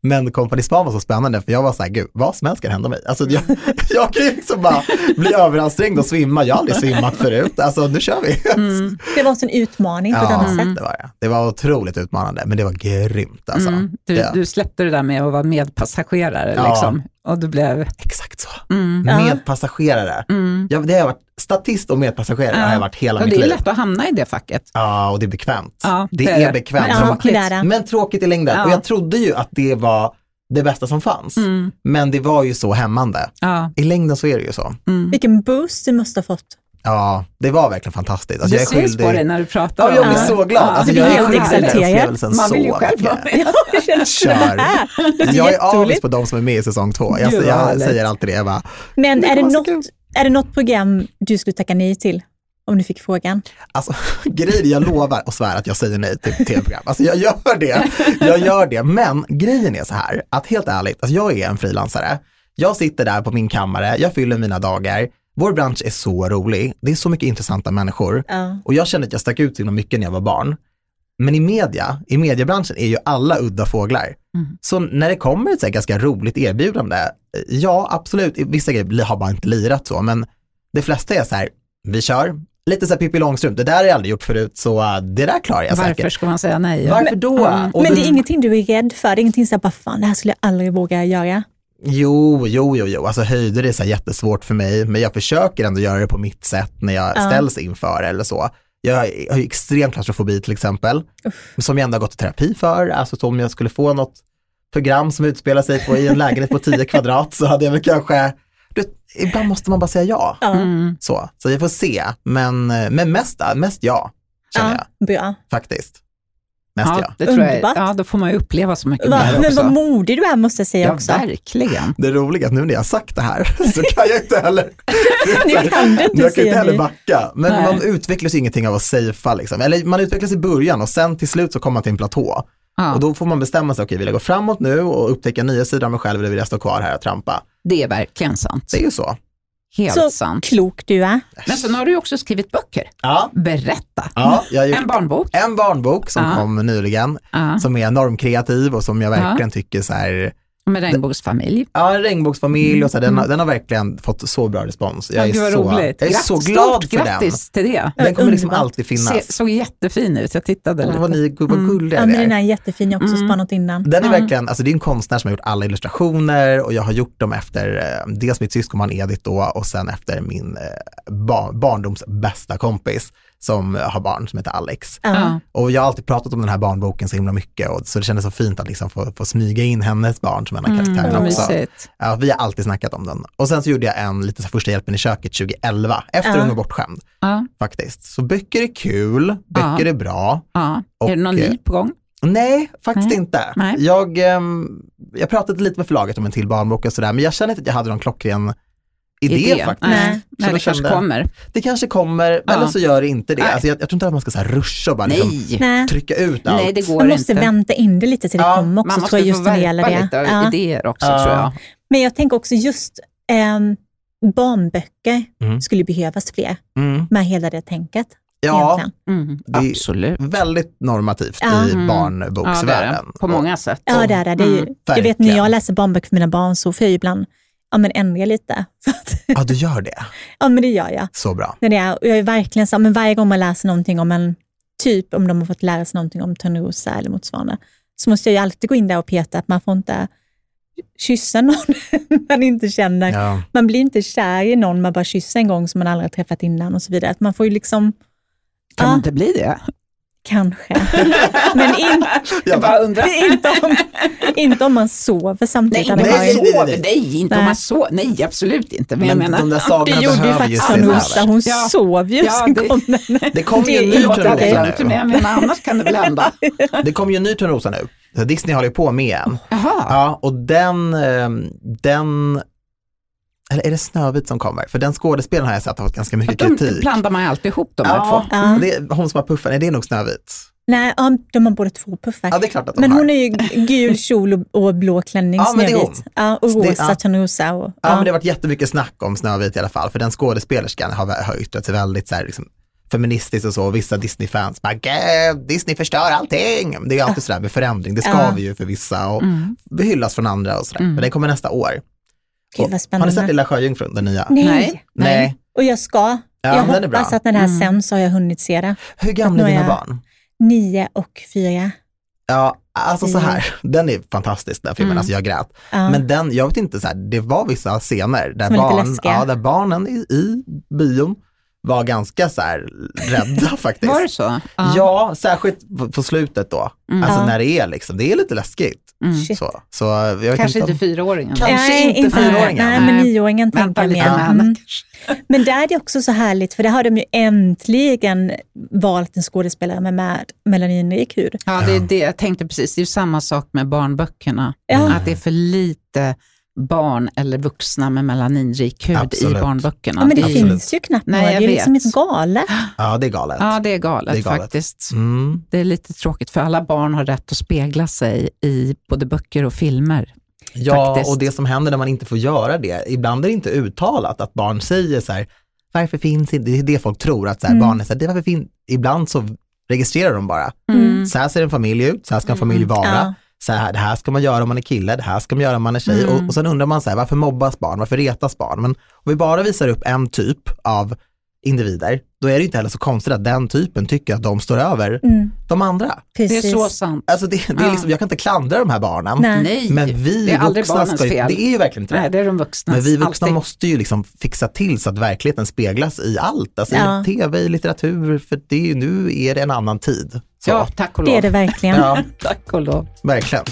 S3: Men Company Span var så spännande för jag var så här, gud, vad som helst kan hända mig. Alltså, jag, (laughs) jag kan ju liksom bara bli överansträngd och svimma. Jag har aldrig svimmat förut. Alltså, nu kör vi.
S1: Mm,
S2: Det var en utmaning på ett
S3: Ja, Mm.
S2: annat sätt.
S3: det var det. Det var otroligt utmanande, men det var grymt alltså.
S1: mm. Du,
S3: Ja.
S1: du släppte det där med att vara medpassagerare
S3: Ja.
S1: liksom. Och du blev...
S3: Exakt så.
S1: Mm,
S2: Ja.
S3: Medpassagerare.
S1: mm.
S3: Jag, det har jag varit, statist och medpassagerare
S1: Ja.
S3: har jag varit hela
S1: Och
S3: mitt
S1: det är
S3: liv.
S1: lätt att hamna i det facket.
S3: Ja, och det är bekvämt.
S1: Ja,
S3: det,
S1: det är
S3: är
S1: det.
S3: bekvämt.
S1: Men
S3: För man-
S2: Ja, det där. ja.
S3: Men tråkigt i längden.
S1: Ja.
S3: Och jag trodde ju att det var det bästa som fanns.
S1: Mm,
S3: Men det var ju så hämmande.
S1: ja,
S3: I längden så är det ju så.
S1: mm.
S2: Vilken boost du måste ha fått. (laughs)
S3: Ja, det var verkligen fantastiskt. Alltså,
S1: det
S3: jag är
S1: syns på dig
S3: skyldig.
S1: när du pratar
S3: Ja, jag
S1: om
S3: blir
S1: det.
S3: så glad.
S1: Ja,
S3: Alltså,
S2: det
S3: jag
S2: blir
S3: är
S2: helt
S3: skyldig den
S2: exalterad.
S3: upplevelsen
S1: Man
S3: så
S1: vill ju själv vara
S3: mycket.
S1: med.
S2: Jag känns
S3: Kör. Jag är avis
S2: jätteroligt.
S3: på de som är med i säsong två. Jag,
S1: Gud, vad
S3: jag
S1: härligt.
S3: säger alltid det. Jag bara,
S2: Men
S3: Det
S2: är det,
S3: var så
S2: något, är det något program du skulle tacka nej till? Om du fick frågan.
S3: Alltså (laughs) grejen, jag lovar och svär att jag säger nej till tv-program. Alltså jag gör det, jag gör det. Men grejen är så här, att helt ärligt, alltså jag är en frilansare. Jag sitter där på min kammare, jag fyller mina dagar. Vår bransch är så rolig, det är så mycket intressanta människor.
S2: Ja.
S3: Och jag kände att jag stack ut inom mycket när jag var barn. Men i media, i mediebranschen är ju alla udda fåglar.
S1: Mm.
S3: Så när det kommer ett så här ganska roligt erbjudande, eh, ja absolut, vissa grejer har bara inte lirat så, men det flesta är så här, vi kör, lite så här Pippi Långstrump, det där har jag aldrig gjort förut så äh, det där klarar jag
S1: Varför
S3: säkert.
S1: ska man säga nej?
S3: Varför då?
S1: Mm.
S3: Och
S2: Men
S3: då-
S2: det är ingenting du är rädd för? Det är ingenting som bara, fan det här skulle jag aldrig våga göra?
S3: Jo, jo, jo, jo, alltså höjder är så här jättesvårt för mig, men jag försöker ändå göra det på mitt sätt när jag
S2: Ja.
S3: ställs inför eller så. Jag har ju extrem klaustrofobi till exempel, som jag ändå har gått i terapi för, alltså så om jag skulle få något program som utspelar sig på, i en lägenhet
S2: (laughs)
S3: på 10 kvadrat så hade jag väl kanske, du, vet, ibland måste man bara säga ja.
S2: Ja,
S1: Mm.
S3: Så, så jag får se, men, men mest, mest ja, känner jag
S2: ja bra.
S3: faktiskt. Mest ja.
S1: Ja, det tror jag,
S2: Underbart.
S1: ja, då får man ju uppleva så mycket
S2: Va,
S1: mer
S2: men
S1: också.
S2: vad modig du är måste jag säga
S1: ja,
S2: också. (laughs)
S1: verkligen.
S3: Det roliga är att nu när jag har sagt det här (laughs) så kan jag inte heller,
S2: Nu kan du inte
S3: jag kan inte
S2: säga
S3: heller
S2: nej.
S3: backa. Men
S1: Nej.
S3: man utvecklas ju ingenting av att safea liksom. Eller man utvecklas i början och sen till slut så kommer man till en platå.
S1: Ja,
S3: Och då får man bestämma sig, okej vill jag gå framåt nu och upptäcka nya sidor av mig själv eller vill jag stå kvar här och trampa?
S1: det är verkligen sant.
S3: Det är ju så.
S1: Helt
S2: Så
S1: sant.
S2: klok du är.
S1: Men sen har du ju också skrivit böcker.
S3: Ja,
S1: Berätta.
S3: ja jag har gjort
S1: En barnbok.
S3: en barnbok som
S1: Ja.
S3: kom nyligen,
S1: Ja.
S3: som är normkreativ och som jag verkligen tycker så här,
S1: Med regnbågsfamilj.
S3: Ja, en regnbågsfamilj och så här, den, har, den har verkligen fått så bra respons. Jag är,
S1: Mm. Gud, vad
S3: så, jag
S1: roligt.
S3: är
S1: Grattis,
S3: så glad
S1: Stort
S3: för den.
S1: grattis till det.
S3: Den kommer liksom
S2: Underbart.
S3: alltid finnas.
S1: Se, såg jättefin ut, jag tittade
S3: Åh,
S1: lite.
S3: vad ni gu- vad
S1: Mm.
S3: gulliga
S2: Ja,
S3: ni
S2: men den
S3: är.
S2: är jättefin, jag har också
S1: Mm.
S2: spanat innan.
S3: Den är
S1: Mm.
S3: verkligen, alltså det är en konstnär som har gjort alla illustrationer och jag har gjort dem efter eh, dels mitt syskonbarn Edith då och sen efter min eh, bar, barndoms bästa kompis som har barn som heter Alex.
S2: Ja.
S1: Ja.
S3: Och jag har alltid pratat om den här barnboken så himla mycket och så det kändes så fint att liksom få, få smyga in hennes barn som en av karaktärerna
S1: Mm, vad
S3: också.
S1: mysigt.
S3: Ja, vi har alltid snackat om den. Och sen så gjorde jag en lite så här första hjälpen i köket 2011, efter
S2: Ja.
S3: hon var bortskämd
S1: Ja,
S3: faktiskt. Så böcker är kul, böcker
S1: Ja.
S3: är bra.
S1: ja.
S3: Och,
S1: är det någon
S3: eh,
S1: ny på gång?
S3: Nej, faktiskt
S1: Nej.
S3: inte.
S1: Nej.
S3: Jag, ehm, jag pratade lite med förlaget om en till barnbok och sådär, men jag känner inte att jag hade någon klockren idé, faktiskt.
S2: Nej.
S1: Nej,
S3: Så
S1: Nej det
S3: jag
S1: kanske
S3: kände-
S1: kommer.
S3: Det kanske kommer,
S1: Ja.
S3: eller så gör det inte det.
S1: Nej.
S3: Alltså, jag, jag tror inte att man ska så här ruscha och bara liksom,
S1: Nej,
S2: Nej,
S3: trycka ut allt.
S1: Nej det går
S2: man måste
S1: inte.
S2: vänta in det lite till det
S3: Ja,
S2: kommer
S1: Man
S2: också,
S1: måste
S2: tror jag,
S1: få
S2: just när det
S1: värpa
S2: gäller det.
S1: lite av
S2: Ja.
S1: idéer också
S3: Ja.
S1: tror jag.
S2: Men jag tänker också just ehm, barnböcker
S3: Mm.
S2: skulle behövas fler
S3: Mm.
S2: med hela det tänket.
S3: Ja,
S2: egentligen.
S1: Mm,
S3: Det-
S1: absolut.
S3: väldigt normativt
S2: Ja.
S1: Mm. Ja,
S3: i
S1: det är det.
S3: barnboksvärlden.
S1: På många sätt. Mm.
S2: Ja, det är det. det är ju, jag vet när
S3: verkligen.
S2: jag läser barnböcker för mina barn så får jag ibland ja, men ändra lite. (laughs) Så att,
S3: Ja, du gör det.
S2: ja, men det gör jag.
S3: Så bra.
S2: När det är, och jag är verkligen så, men varje gång man läser någonting om en, typ om de har fått lära sig någonting om Törnrosa eller motsvarande, så måste jag ju alltid gå in där och peta att man får inte kyssa (laughs) någon man inte känner.
S3: Ja.
S2: Man blir inte kär i någon man bara kysser en gång som man aldrig har träffat innan och så vidare. Att man får ju liksom,
S1: Kan
S2: Ja.
S1: man inte bli det?
S2: kanske, men in,
S3: Jag
S1: bara undrar.
S2: inte, om, inte om man sover
S1: Nej,
S2: samtidigt.
S1: inte om man
S3: Nej, nej, nej,
S1: sover.
S3: nej.
S1: Nej, inte om
S2: Nej.
S1: man sover. Nej, absolut inte. Men jag
S3: Men
S1: menar,
S3: de där sagorna
S1: det gjorde ju
S3: behöver ju
S1: faktiskt
S3: ses över.
S2: Törnrosa, hon
S1: Ja.
S2: sov ju.
S1: Ja,
S2: sen
S1: det-
S2: kom den.
S1: (laughs)
S3: Det kommer
S2: Det
S3: ju en
S2: är
S3: ny
S1: Förlåt att jag
S3: Törnrosa
S1: inte med,
S3: nu.
S1: men annars kan det väl hända.
S3: (laughs) Det kommer ju en ny Törnrosa nu. Så Disney håller ju på med en.
S1: Jaha,
S3: Ja, och den, ehm, den, eller är det Snövit som kommer? För den skådespelaren har jag sett har fått ganska mycket
S1: de
S3: kritik.
S1: blandar man ju alltid ihop de här
S3: ja,
S1: två.
S2: Ja.
S3: det är, hon som har puffen, är det nog Snövit?
S2: Nej, ja, de har båda två puffar.
S3: Ja, det är klart att de
S2: Men
S3: har.
S2: hon är ju gul kjol och, och blå klänning,
S3: Ja, men det är hon.
S2: Snövit. Ja, och
S3: Så det-
S2: rosa
S3: ja.
S2: Törnrosa. Och,
S3: ja, men det
S2: ja.
S3: har varit jättemycket snack om Snövit i alla fall, för den skådespelerskan har, vä- har yttrat sig väldigt så här, liksom, feministiskt och så, och vissa Disney-fans bara, "Gud, Disney förstör allting. Det är ju alltid sådär med förändring, det ska
S2: Ja.
S3: vi ju för vissa och
S1: Mm.
S3: hyllas från andra och sådär.
S1: Mm.
S3: Men den kommer nästa år.
S2: Gud vad
S3: Har ni sett
S2: spännande.
S3: Lilla Sjöjungfrun, den nya?
S2: Nej.
S1: Nej.
S3: Nej.
S2: och jag ska.
S3: Ja,
S2: jag
S3: den är bra.
S2: hoppas att när det här
S1: Mm.
S2: sänds så har jag hunnit se det.
S3: Hur gamla är
S2: Nu är
S3: dina
S2: jag-
S3: barn?
S2: Nio och fyra.
S3: Ja, alltså så här, den är fantastisk den filmen,
S1: Mm.
S3: alltså jag grät.
S2: Ja.
S3: Men den, jag vet inte, så här, det var vissa scener där,
S2: Som var lite
S3: barn,
S2: läskiga.
S3: ja, där barnen i, i bion var ganska så här
S1: (laughs)
S3: rädda faktiskt.
S1: Var det så?
S3: Ja, särskilt på- på slutet då.
S1: Mm.
S3: Alltså
S2: Ja.
S3: när det är liksom, det är lite läskigt.
S1: Mm.
S2: Shit.
S3: Så, så jag vet
S1: Kanske inte
S3: inte om,
S1: fyraåringen.
S3: Kan- kanske inte fyraåringen.
S2: Nej, men
S1: Nej.
S2: nioåringen tänker
S1: Vänta
S2: jag
S1: lite
S2: mer.
S1: med henne
S2: Mm.
S1: kanske.
S2: Men där är det också så härligt, för där har de ju äntligen valt en skådespelare med, med Melanie Nykud.
S1: Ja, det är det jag tänkte precis. Det är ju samma sak med barnböckerna.
S2: Ja.
S1: Att det är för lite barn eller vuxna med melaninrik hud
S3: Absolut.
S1: i barnböckerna.
S2: Ja, men det
S1: är ju-
S3: Absolut.
S2: finns ju knappt
S1: Nej,
S2: några.
S1: jag
S2: Det är
S1: vet.
S2: liksom ett galet.
S3: Ja, det är galet.
S1: ja, det är galet
S3: Det är galet.
S1: faktiskt.
S3: Mm.
S1: Det är lite tråkigt, för alla barn har rätt att spegla sig i både böcker och filmer.
S3: Ja,
S1: Faktiskt.
S3: och det som händer när man inte får göra det, ibland är det inte uttalat att barn säger så här, varför finns inte, det är det folk tror, att så här,
S2: Mm.
S3: barn är så här, "Det- varför finns, ibland så registrerar de bara,
S2: Mm.
S3: så här ser en familj ut, så här ska en familj
S1: Mm.
S3: vara,
S2: Ja.
S3: så här, det här ska man göra om man är kille, det här ska man göra om man är tjej.
S2: Mm.
S3: Och, och sen undrar man så här, varför mobbas barn, varför retas barn? Men om vi bara visar upp en typ av individer, då är det ju inte heller så konstigt att den typen tycker att de står över
S2: Mm.
S3: de andra.
S1: Det är
S2: Precis.
S1: så sant.
S3: Alltså det, det är
S1: Ja.
S3: liksom, jag kan inte klandra de här barnen,
S2: Nej.
S1: Nej,
S3: men vi
S1: det är aldrig
S3: vuxna
S1: barnens
S3: ska ju,
S1: fel.
S3: det är ju verkligen inte det.
S1: Nej, det är de vuxna.
S3: Men vi vuxna
S1: alltid.
S3: måste ju liksom fixa till så att verkligheten speglas i allt, alltså
S2: Ja.
S3: i tv, i litteratur, för det är ju, nu är det en annan tid. Så.
S1: Ja, tack och lov.
S2: Det är det verkligen.
S3: ja,
S1: Tack och lov.
S3: verkligen.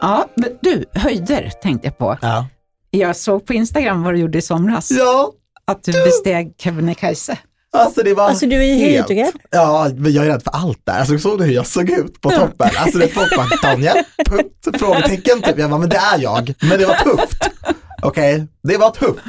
S1: Ja, men du, höjder tänkte jag på.
S3: Ja.
S1: Jag såg på Instagram vad du gjorde i somras,
S3: ja,
S1: att du besteg Kebnekaise.
S3: alltså det var
S2: Alltså du är ju
S3: helt-
S2: höjdrädd.
S3: Ja, men jag är rädd för allt där. Alltså såg du hur jag såg ut på toppen? Alltså det toppen, Daniel, punkt, frågetecken typ. Jag bara, men det är jag, men det var tufft. Okej, det var tufft.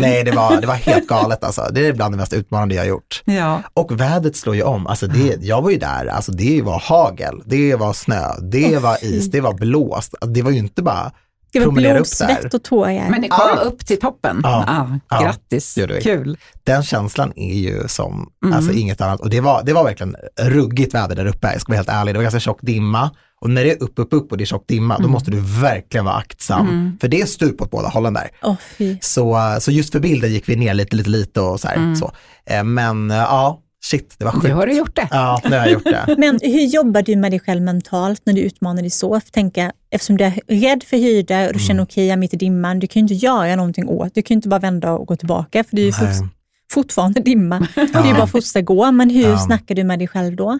S3: Nej, det var, det var helt galet alltså. Det är bland det mest utmanande jag har gjort.
S1: Ja.
S3: Och vädret slår ju om. Alltså det, jag var ju där, alltså det var hagel, det var snö, det var is, det var blåst. Alltså det var ju inte bara
S2: Det var
S3: promenera
S2: blod,
S3: upp där.
S2: svett och tårar.
S1: Men ni kom
S3: Ah.
S1: upp till toppen.
S3: Ja.
S1: Ah,
S3: Ja.
S1: grattis,
S3: Gjorde vi.
S1: kul.
S3: Den känslan är ju som
S1: Mm.
S3: alltså inget annat. Och det var, det var verkligen ruggigt väder där uppe, jag ska vara helt ärlig. Det var ganska tjock dimma. Och när det är upp, upp, upp och det är tjock dimma, då måste du verkligen vara aktsam. För det är stup åt båda hållen där.
S2: Åh, fy.
S3: Så, eh, så just för bilden gick vi ner lite, lite, lite och så här. Så. Eh, Men eh, ja, shit, det var
S1: Nu
S3: sjukt.
S1: har du gjort det.
S3: Ja, nu har jag gjort det.
S2: Men hur jobbar du med dig själv mentalt när du utmanar dig så? För tänka, eftersom du är rädd för hyrdor och du
S3: Mm.
S2: känner okej, jag är mitt i dimman, du kan ju inte göra någonting åt Du kan ju inte bara vända och gå tillbaka, för det är ju
S3: Nej.
S2: fort, fortfarande dimma. Det är ju bara att fortsätta gå. Men hur
S3: Ja.
S2: snackar du med dig själv då?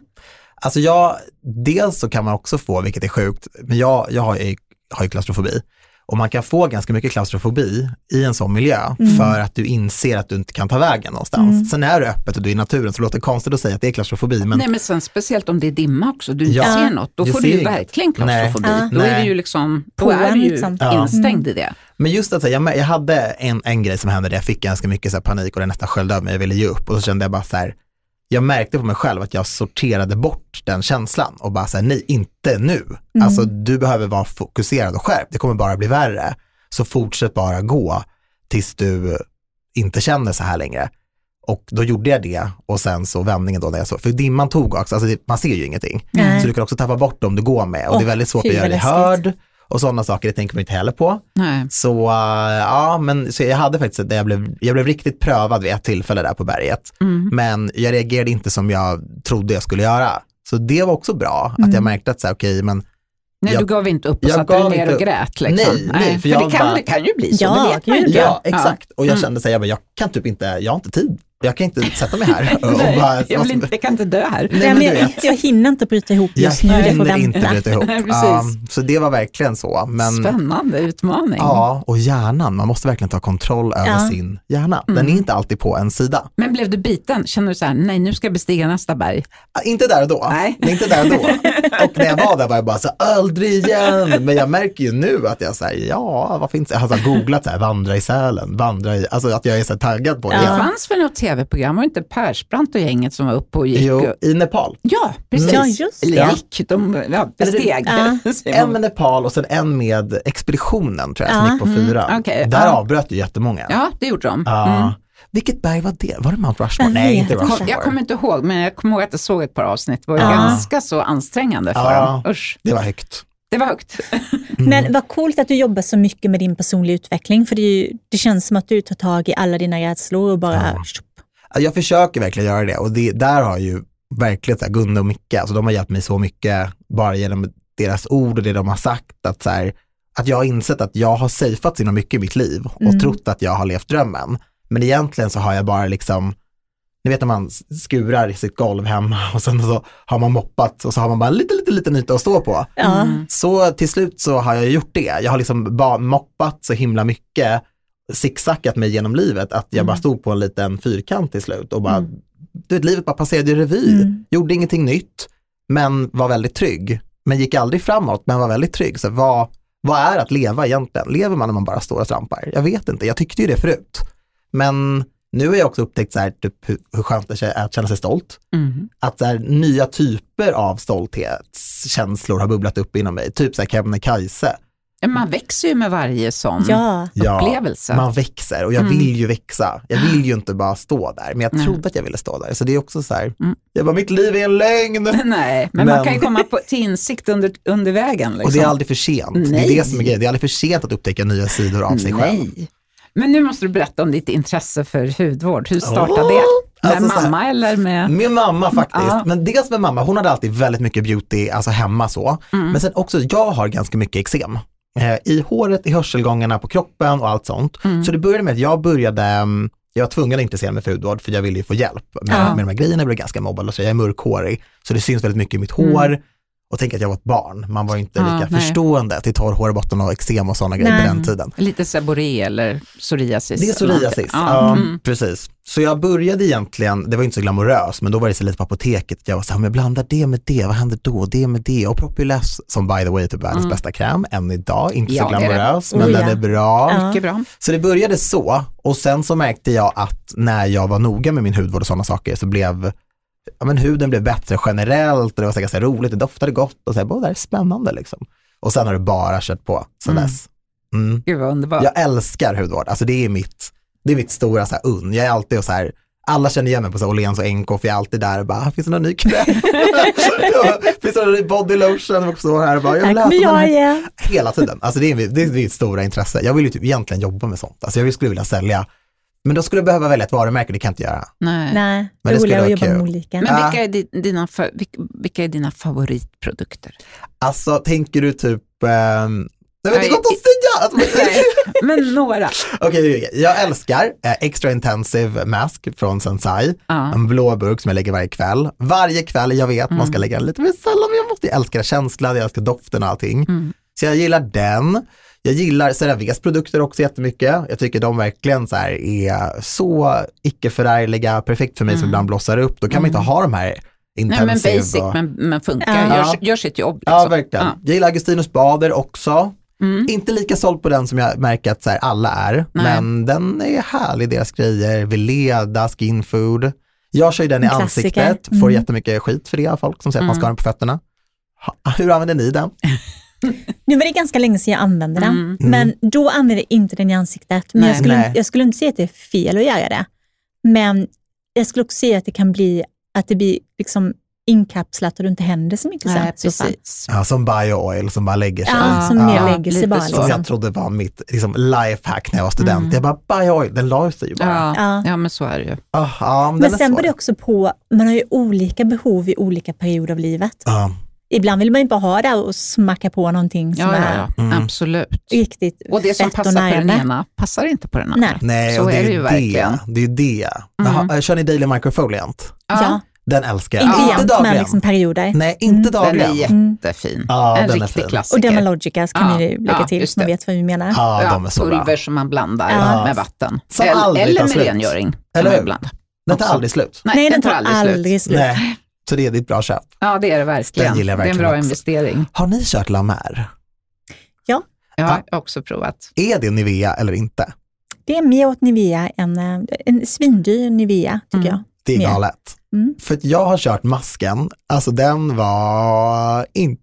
S3: Alltså jag, dels så kan man också få, vilket är sjukt, men jag, jag har, ju, har ju klaustrofobi. Och man kan få ganska mycket klaustrofobi i en sån miljö för att du inser att du inte kan ta vägen någonstans. Sen är det öppet och du är i naturen så det låter konstigt att säga att det är klaustrofobi. Men
S1: Nej, men sen speciellt om det är dimma också, du inte
S3: Ja.
S1: ser något, då
S3: Du
S1: får du
S3: ser
S1: ju
S3: inget.
S1: verkligen klaustrofobi.
S2: Nej.
S1: Då är
S3: Nej.
S1: du ju liksom, då
S2: På
S1: är
S2: en
S1: du ju
S2: liksom.
S3: Ja.
S1: instängd i det.
S3: Men just att säga, jag, mär- jag hade en, en grej som hände där jag fick ganska mycket så här panik och det nästan sköljde över mig, jag ville ge upp och så kände jag bara så här, jag märkte på mig själv att jag sorterade bort den känslan och bara så här, nej inte nu.
S2: Mm.
S3: Alltså du behöver vara fokuserad och skärpt, det kommer bara bli värre. Så fortsätt bara gå tills du inte känner så här längre. Och då gjorde jag det och sen så vändningen då när jag såg, för dimman tog också, alltså det, man ser ju ingenting.
S2: Nej.
S3: Så du kan också tappa bort dem du går med och det är
S2: Åh,
S3: väldigt svårt
S2: fy,
S3: att göra
S2: vad
S3: dig
S2: läskigt.
S3: hörd och sådana saker, det tänker man inte heller på.
S1: Nej.
S3: Så eh, ja, men så jag hade faktiskt, jag blev, jag blev riktigt prövad vid ett tillfälle där på berget.
S1: Mm.
S3: Men jag reagerade inte som jag trodde jag skulle göra. Så det var också bra, att jag märkte att så här, okej, men
S1: Nej,
S3: Jag-
S1: du gav inte upp och
S3: jag
S1: satt dig
S3: gav
S1: ner
S3: inte
S1: och
S3: upp.
S1: grät. Liksom.
S3: Nej, nej, för jag
S1: det, kan,
S3: bara-
S1: det kan ju bli så,
S2: Ja,
S1: det vet man ju
S2: gud,
S1: inte.
S3: ja, exakt. Och jag
S1: Mm.
S3: kände så här, jag, bara, jag kan typ inte, jag har inte tid. Jag kan inte sätta mig här. och
S1: Nej,
S3: bara,
S1: (laughs) jag, vill inte, jag kan inte dö här.
S3: Nej,
S2: Nej,
S3: men
S2: men
S3: du
S2: jag, jag hinner inte bryta ihop
S3: jag
S2: just nu, det får
S3: hinner inte
S2: vänta.
S3: bryta ihop.
S1: Nej, precis.
S3: Ja, så det var verkligen så. Men,
S1: Spännande utmaning.
S3: ja, och hjärnan, man måste verkligen ta kontroll över
S2: Ja.
S3: sin hjärna. Den är inte alltid på en sida.
S1: Men blev du biten? Känner du så här, nej nu ska jag bestiga nästa berg?
S3: Ah, Inte där och då.
S1: Nej.
S3: Inte där och
S1: (laughs)
S3: då. Och när jag var där var jag bara så här, aldrig igen. Men jag märker ju nu att jag säger ja, vad finns det? Alltså, jag har googlat så här, vandra i Sälen, vandra i, alltså att jag är så här taggad på det.
S1: Det
S2: Ja.
S1: fanns väl något tv-program, var det inte Persbrandt och gänget som var uppe och gick?
S3: Jo,
S1: och-
S3: i Nepal.
S1: Ja, precis.
S3: Mm.
S2: Ja, just det.
S1: Eller gick, de ja, besteg.
S2: Ja.
S1: Säger
S3: En
S1: man.
S3: med Nepal och sen en med expeditionen tror jag, som
S2: Ja.
S3: gick på fyra.
S1: mm, Okej,
S3: Där
S1: ja.
S3: avbröt ju jättemånga.
S1: ja, det gjorde de.
S3: Ja.
S1: Mm.
S3: Vilket berg var det? Var det Mount Rushmore?
S2: Jag
S3: Nej,
S2: vet
S3: inte
S2: inte.
S3: Rushmore.
S1: Jag kommer inte ihåg, men jag kommer ihåg att jag såg ett par avsnitt. Det var ju
S2: Ja.
S1: ganska så ansträngande för
S3: Ja.
S1: dem. Usch,
S3: Det var högt.
S1: det var högt.
S3: mm.
S2: Men vad coolt att du jobbar så mycket med din personliga utveckling, för det, är ju, det känns som att du tar tag i alla dina rädslor och bara...
S3: Ja. Ja, Alltså, Jag försöker verkligen göra det och det, där har ju verkligen så här, Gunde och Micke, alltså de har hjälpt mig så mycket bara genom deras ord och det de har sagt. Att, så här, att jag har insett att jag har safeat så himla mycket i mitt liv och
S2: Mm.
S3: trott att jag har levt drömmen. Men egentligen så har jag bara liksom, ni vet när man skurar i sitt golv hemma (laughs) och sen så har man moppat och så har man bara en liten, liten, liten yta att stå på.
S2: Ja.
S1: Mm.
S3: Så till slut så har jag gjort det. Jag har liksom ba- moppat så himla mycket, zigzackat mig genom livet, att jag bara stod på en liten fyrkant till slut och bara, du vet, livet bara passerade i revy.
S2: Mm.
S3: Gjorde ingenting nytt, men var väldigt trygg. men gick aldrig framåt, men var väldigt trygg. Så vad, vad är att leva egentligen? Lever man när man bara står och trampar? Jag vet inte, jag tyckte ju det förut. Men nu har jag också upptäckt så här, typ, hur, hur skönt det är att känna sig stolt.
S1: Mm.
S3: Att så här, nya typer av stolthetskänslor har bubblat upp inom mig. Typ så här Kebnekaise.
S1: Ja, Man växer ju med varje sån
S2: Ja,
S1: upplevelse.
S3: Man växer och jag
S1: Mm.
S3: vill ju växa. Jag vill ju inte bara stå där, men jag
S1: Nej.
S3: trodde att jag ville stå där. Så det är också så här,
S1: Mm. Liksom.
S3: jag bara, mitt liv är
S1: (laughs)
S3: en lögn.
S1: (laughs) Nej, men,
S3: Men-
S1: man kan ju komma på, till insikt under, under vägen. Liksom.
S3: Och det är aldrig för sent. Det
S1: Nej.
S3: är det som är grejen. Det är aldrig för sent att upptäcka nya sidor av sig själv.
S1: Nej. Men nu måste du berätta om ditt intresse för hudvård. Hur startade
S3: Åh!
S1: det? Med
S3: Alltså så här- Mm.
S1: mamma eller med...
S3: Med mamma faktiskt.
S1: Ja.
S3: Men dels med mamma, hon hade alltid väldigt mycket beauty, alltså hemma så.
S1: Mm.
S3: Men sen också, jag har ganska mycket eksem. Eh, I håret, i hörselgångarna, på kroppen och allt sånt.
S1: Mm.
S3: Så det började med att jag började, mm, jag var tvungen att intressera mig för hudvård för jag ville ju få hjälp med,
S1: Ja.
S3: med de här grejerna. Jag blev ganska mobbad och så, jag är mörkhårig. Så det syns väldigt mycket i mitt hår. Och tänk att jag var ett barn, man var ju inte
S1: Mm. Ja,
S3: lika
S1: nej.
S3: förstående till torr hårbotten och eksem och sådana grejer
S2: Nej.
S3: på den tiden.
S1: Lite seboré eller psoriasis?
S3: Det är psoriasis,
S1: Ja.
S3: ja,
S1: Mm.
S3: precis. Så jag började egentligen, det var inte så glamoröst, men då var det så lite på apoteket, jag var så här, men blanda det med det, vad händer då, det med det och Propyless som by the way är typ världens
S1: Mm.
S3: bästa kräm, än idag, inte
S1: Ja,
S3: så
S1: det är det.
S3: glamorös,
S2: Oh,
S3: men
S2: ja.
S3: den är bra.
S2: Ja.
S1: Mycket bra.
S3: Så det började så och sen så märkte jag att när jag var noga med min hudvård och sådana saker så blev ja, men huden blev bättre generellt och det var så här ganska roligt, det doftade gott och så här, "Åh, det här är spännande liksom. Och sen har det bara kört på sen
S1: Mm.
S3: dess. Mm.
S1: Gud vad underbart.
S3: Jag älskar hudvård, alltså det är mitt, det är mitt stora så här, unn. Jag är alltid och så här, alla känner igen mig på så här Åhléns och NK, för jag är alltid där och bara, "Ah, finns det någon ny kräm? Ja, (laughs) finns det någon ny body lotion? Och så här och bara, jag
S2: här
S3: vill
S2: kommer
S3: äta den
S2: jag
S3: här.
S2: igen.
S3: (laughs) Hela tiden, alltså det är, mitt- det är mitt stora intresse. Jag vill ju typ egentligen jobba med sånt, alltså jag skulle vilja sälja, men då skulle jag behöva välja ett varumärke, det kan jag inte göra.
S1: Nej.
S2: Nej,
S3: Men det
S2: det
S3: skulle
S2: roliga att
S3: vara
S2: jobba
S3: kul.
S2: med olika.
S1: Men
S3: Ja.
S1: vilka är, di- dina, fa- vilk- vilka är dina favoritprodukter?
S3: Alltså tänker du typ, ehm, nej men det
S1: Nej,
S3: är gott
S1: i-
S3: att säga!
S1: (laughs)
S3: Alltså,
S1: Nej, men några.
S3: Okej, (laughs) okej, okej. jag älskar eh, Extra Intensive Mask från Sensai.
S1: Ja.
S3: En blå burk som jag lägger varje kväll. Varje kväll, jag vet, man
S1: Mm.
S3: ska lägga den lite mer sällan, men jag måste jag älskar känslan, jag älskar doften och allting.
S1: Mm.
S3: Så jag gillar den. Jag gillar CeraVes produkter också jättemycket. Jag tycker de verkligen så här är så icke-förärliga, perfekt för mig som
S1: Mm.
S3: ibland blossar upp. Då kan man inte ha de här
S1: Nej, men
S3: intensive.
S1: basic,
S3: och...
S1: men, men funkar.
S2: Ja.
S1: Gör, gör sitt jobb. Liksom.
S3: Ja, verkligen. Jag gillar Augustinus Bader också.
S1: Mm.
S3: Inte lika såld på den som jag märker att så här alla är,
S1: Nej.
S3: men den är härlig, deras grejer, Veleda, Skinfood. Jag kör ju den i
S2: En klassiker.
S3: ansiktet, får
S2: Mm.
S3: jättemycket skit för det av folk som säger att man ska
S1: Mm.
S3: ha den på fötterna. Ha, hur använder ni den?
S2: Nu var det ganska länge sedan jag använde den,
S1: Mm.
S2: men då använde jag inte den i ansiktet. Men
S1: Nej.
S2: jag skulle,
S3: Nej.
S2: jag skulle inte säga att det är fel att göra det, men jag skulle också säga att det kan bli att det blir liksom inkapslat och det inte händer så mycket
S1: Nej,
S2: sen. i så fall.
S1: precis.
S3: Ja, som Biooil som bara lägger sig.
S2: Ja, som
S3: Ja.
S2: mer lägger sig
S1: Lite
S2: bara.
S1: så.
S3: Som
S2: Liksom.
S3: jag trodde var mitt liksom, lifehack när jag var student.
S1: Mm.
S3: Jag bara, Biooil, den la sig ju bara.
S1: Ja.
S2: Ja.
S1: ja, men så är det ju.
S3: Ah, ja, men den
S2: Men
S3: är
S2: sen
S3: svår.
S2: beror det också på, man har ju olika behov i olika perioder av livet.
S3: Ja.
S2: Ibland vill man ju bara ha det och smacka på någonting som
S1: Ja, ja,
S2: är
S1: ja.
S3: Mm.
S1: absolut.
S2: riktigt
S1: Och det som
S2: fett och
S1: passar på den
S2: närande.
S1: ena passar inte på den andra.
S2: Nej.
S3: Nej,
S1: Så
S3: och det
S1: är
S3: är,
S1: det ju
S3: ju
S1: verkligen.
S3: det. Det är ju det. Jaha, kör ni Daily Microfoliant?
S2: Ja,
S3: Den älskar jag.
S2: Mm. inte
S1: Ja.
S2: jämt, men liksom perioder. Mm.
S3: Nej, inte
S1: Mm. Den
S3: dagligen.
S1: är jättefin.
S3: Ja,
S1: en
S3: den är
S1: riktig
S3: fin.
S2: Och
S1: klassiker.
S2: Dermalogica kan
S1: Ja,
S2: vi ju lägga
S1: ja,
S2: till
S1: just
S2: så man
S1: det.
S2: vet vad vi menar.
S3: Ja,
S1: Ja,
S3: de är så
S1: pulver
S3: bra.
S1: som man blandar
S2: Ja.
S1: med vatten.
S3: Som
S1: Eller-
S3: aldrig tar
S1: eller med
S3: slut.
S1: rengöring. kan
S3: Eller
S1: man
S3: hur?
S1: blanda.
S3: Den tar
S1: Också.
S3: aldrig slut.
S1: Nej,
S2: Nej, den tar aldrig slut.
S3: Nej, så det är ditt bra köp.
S1: Ja, det är det verkligen.
S3: Den gillar jag
S1: det är
S3: verkligen
S1: en bra
S3: också.
S1: investering.
S3: Har ni kört La Mer?
S1: Ja, jag har också provat.
S3: Är det Nivea eller inte?
S2: Det är mer åt Nivea än eh, en svindyr Nivea, tycker
S1: Mm.
S2: jag.
S3: Det är
S2: Mer.
S3: galet.
S2: Mm.
S3: För att jag har kört masken, alltså den var inte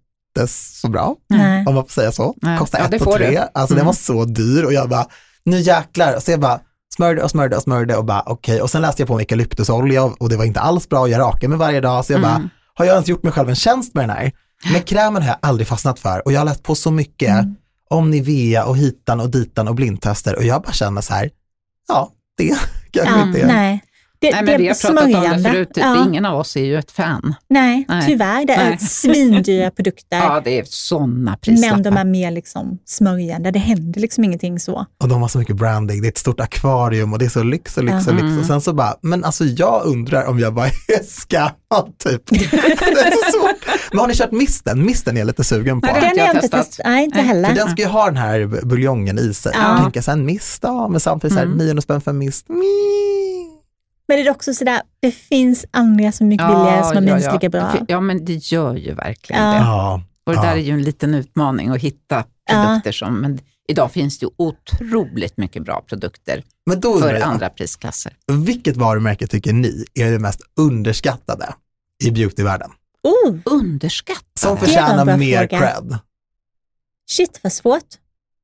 S3: så bra,
S1: Mm.
S2: Nej.
S3: om man får säga så.
S1: Nej.
S3: Kostade
S1: Ja,
S3: ett
S1: det
S3: på
S1: får
S3: tre.
S1: du.
S3: Alltså den
S1: Mm.
S3: var så dyr och jag bara, nu jäklar. Så jag bara smörjde och smörjde och smörjde och bara okej. Och sen läste jag på om eukalyptusolja och det var inte alls bra och jag rakade mig varje dag. Så jag bara,
S1: Mm.
S3: har jag ens gjort mig själv en tjänst med den här? Men krämen har jag aldrig fastnat för och jag har läst på så mycket
S2: Mm.
S3: om Nivea och hitan och ditan och blindtester och jag bara känner så här, ja, det (laughs) kanske
S2: Mm. Ja,
S3: inte är.
S2: nej. Det,
S1: Nej,
S2: det
S1: men
S2: är
S1: vi har pratat om
S2: smörjande.
S1: det förut. Typ
S2: Ja.
S1: Ingen av oss är ju ett fan.
S2: Nej,
S1: Nej.
S2: tyvärr. Det är
S1: Nej. (laughs)
S2: svindyra produkter.
S1: Ja, det är sådana
S2: Men
S1: prislappar.
S2: de är mer liksom smörjande. Det händer liksom ingenting så.
S3: Och de har så mycket branding, det är ett stort akvarium och det är så lyx och lyx och
S1: Mm.
S3: lyx och sen så bara, men alltså jag undrar om jag bara (laughs) är skammad typ. (laughs) det är så svårt. Men har ni kört misten? Misten är jag lite sugen på.
S1: Nej,
S2: Den
S1: inte
S2: har
S1: jag
S2: jag inte
S1: testat.
S2: testat. Nej, inte
S1: Nej.
S3: För
S2: heller.
S3: den ska ju ha den här buljongen i sig.
S2: Ja.
S3: Ja. Tänka så här, en mist, ja, men samtidigt så här,
S1: Mm.
S3: 900 spänn för en mist. Mm.
S2: Men det är också sådär, det finns andra som är mycket billigare som är minst lika bra.
S1: Ja, men det gör ju verkligen
S2: Ja.
S1: det.
S3: Ja,
S1: Och det
S3: Ja.
S1: där är ju en liten utmaning att hitta
S2: Ja.
S1: produkter som, men idag finns det ju otroligt mycket bra produkter
S3: Men då
S1: för
S3: undrar jag,
S1: andra prisklasser.
S3: vilket varumärke tycker ni är det mest underskattade i beautyvärlden?
S2: Oh,
S3: Som
S1: Underskattade,
S2: för- Det var en bra
S3: förtjänar mer
S2: fråga.
S3: cred?
S2: shit vad svårt.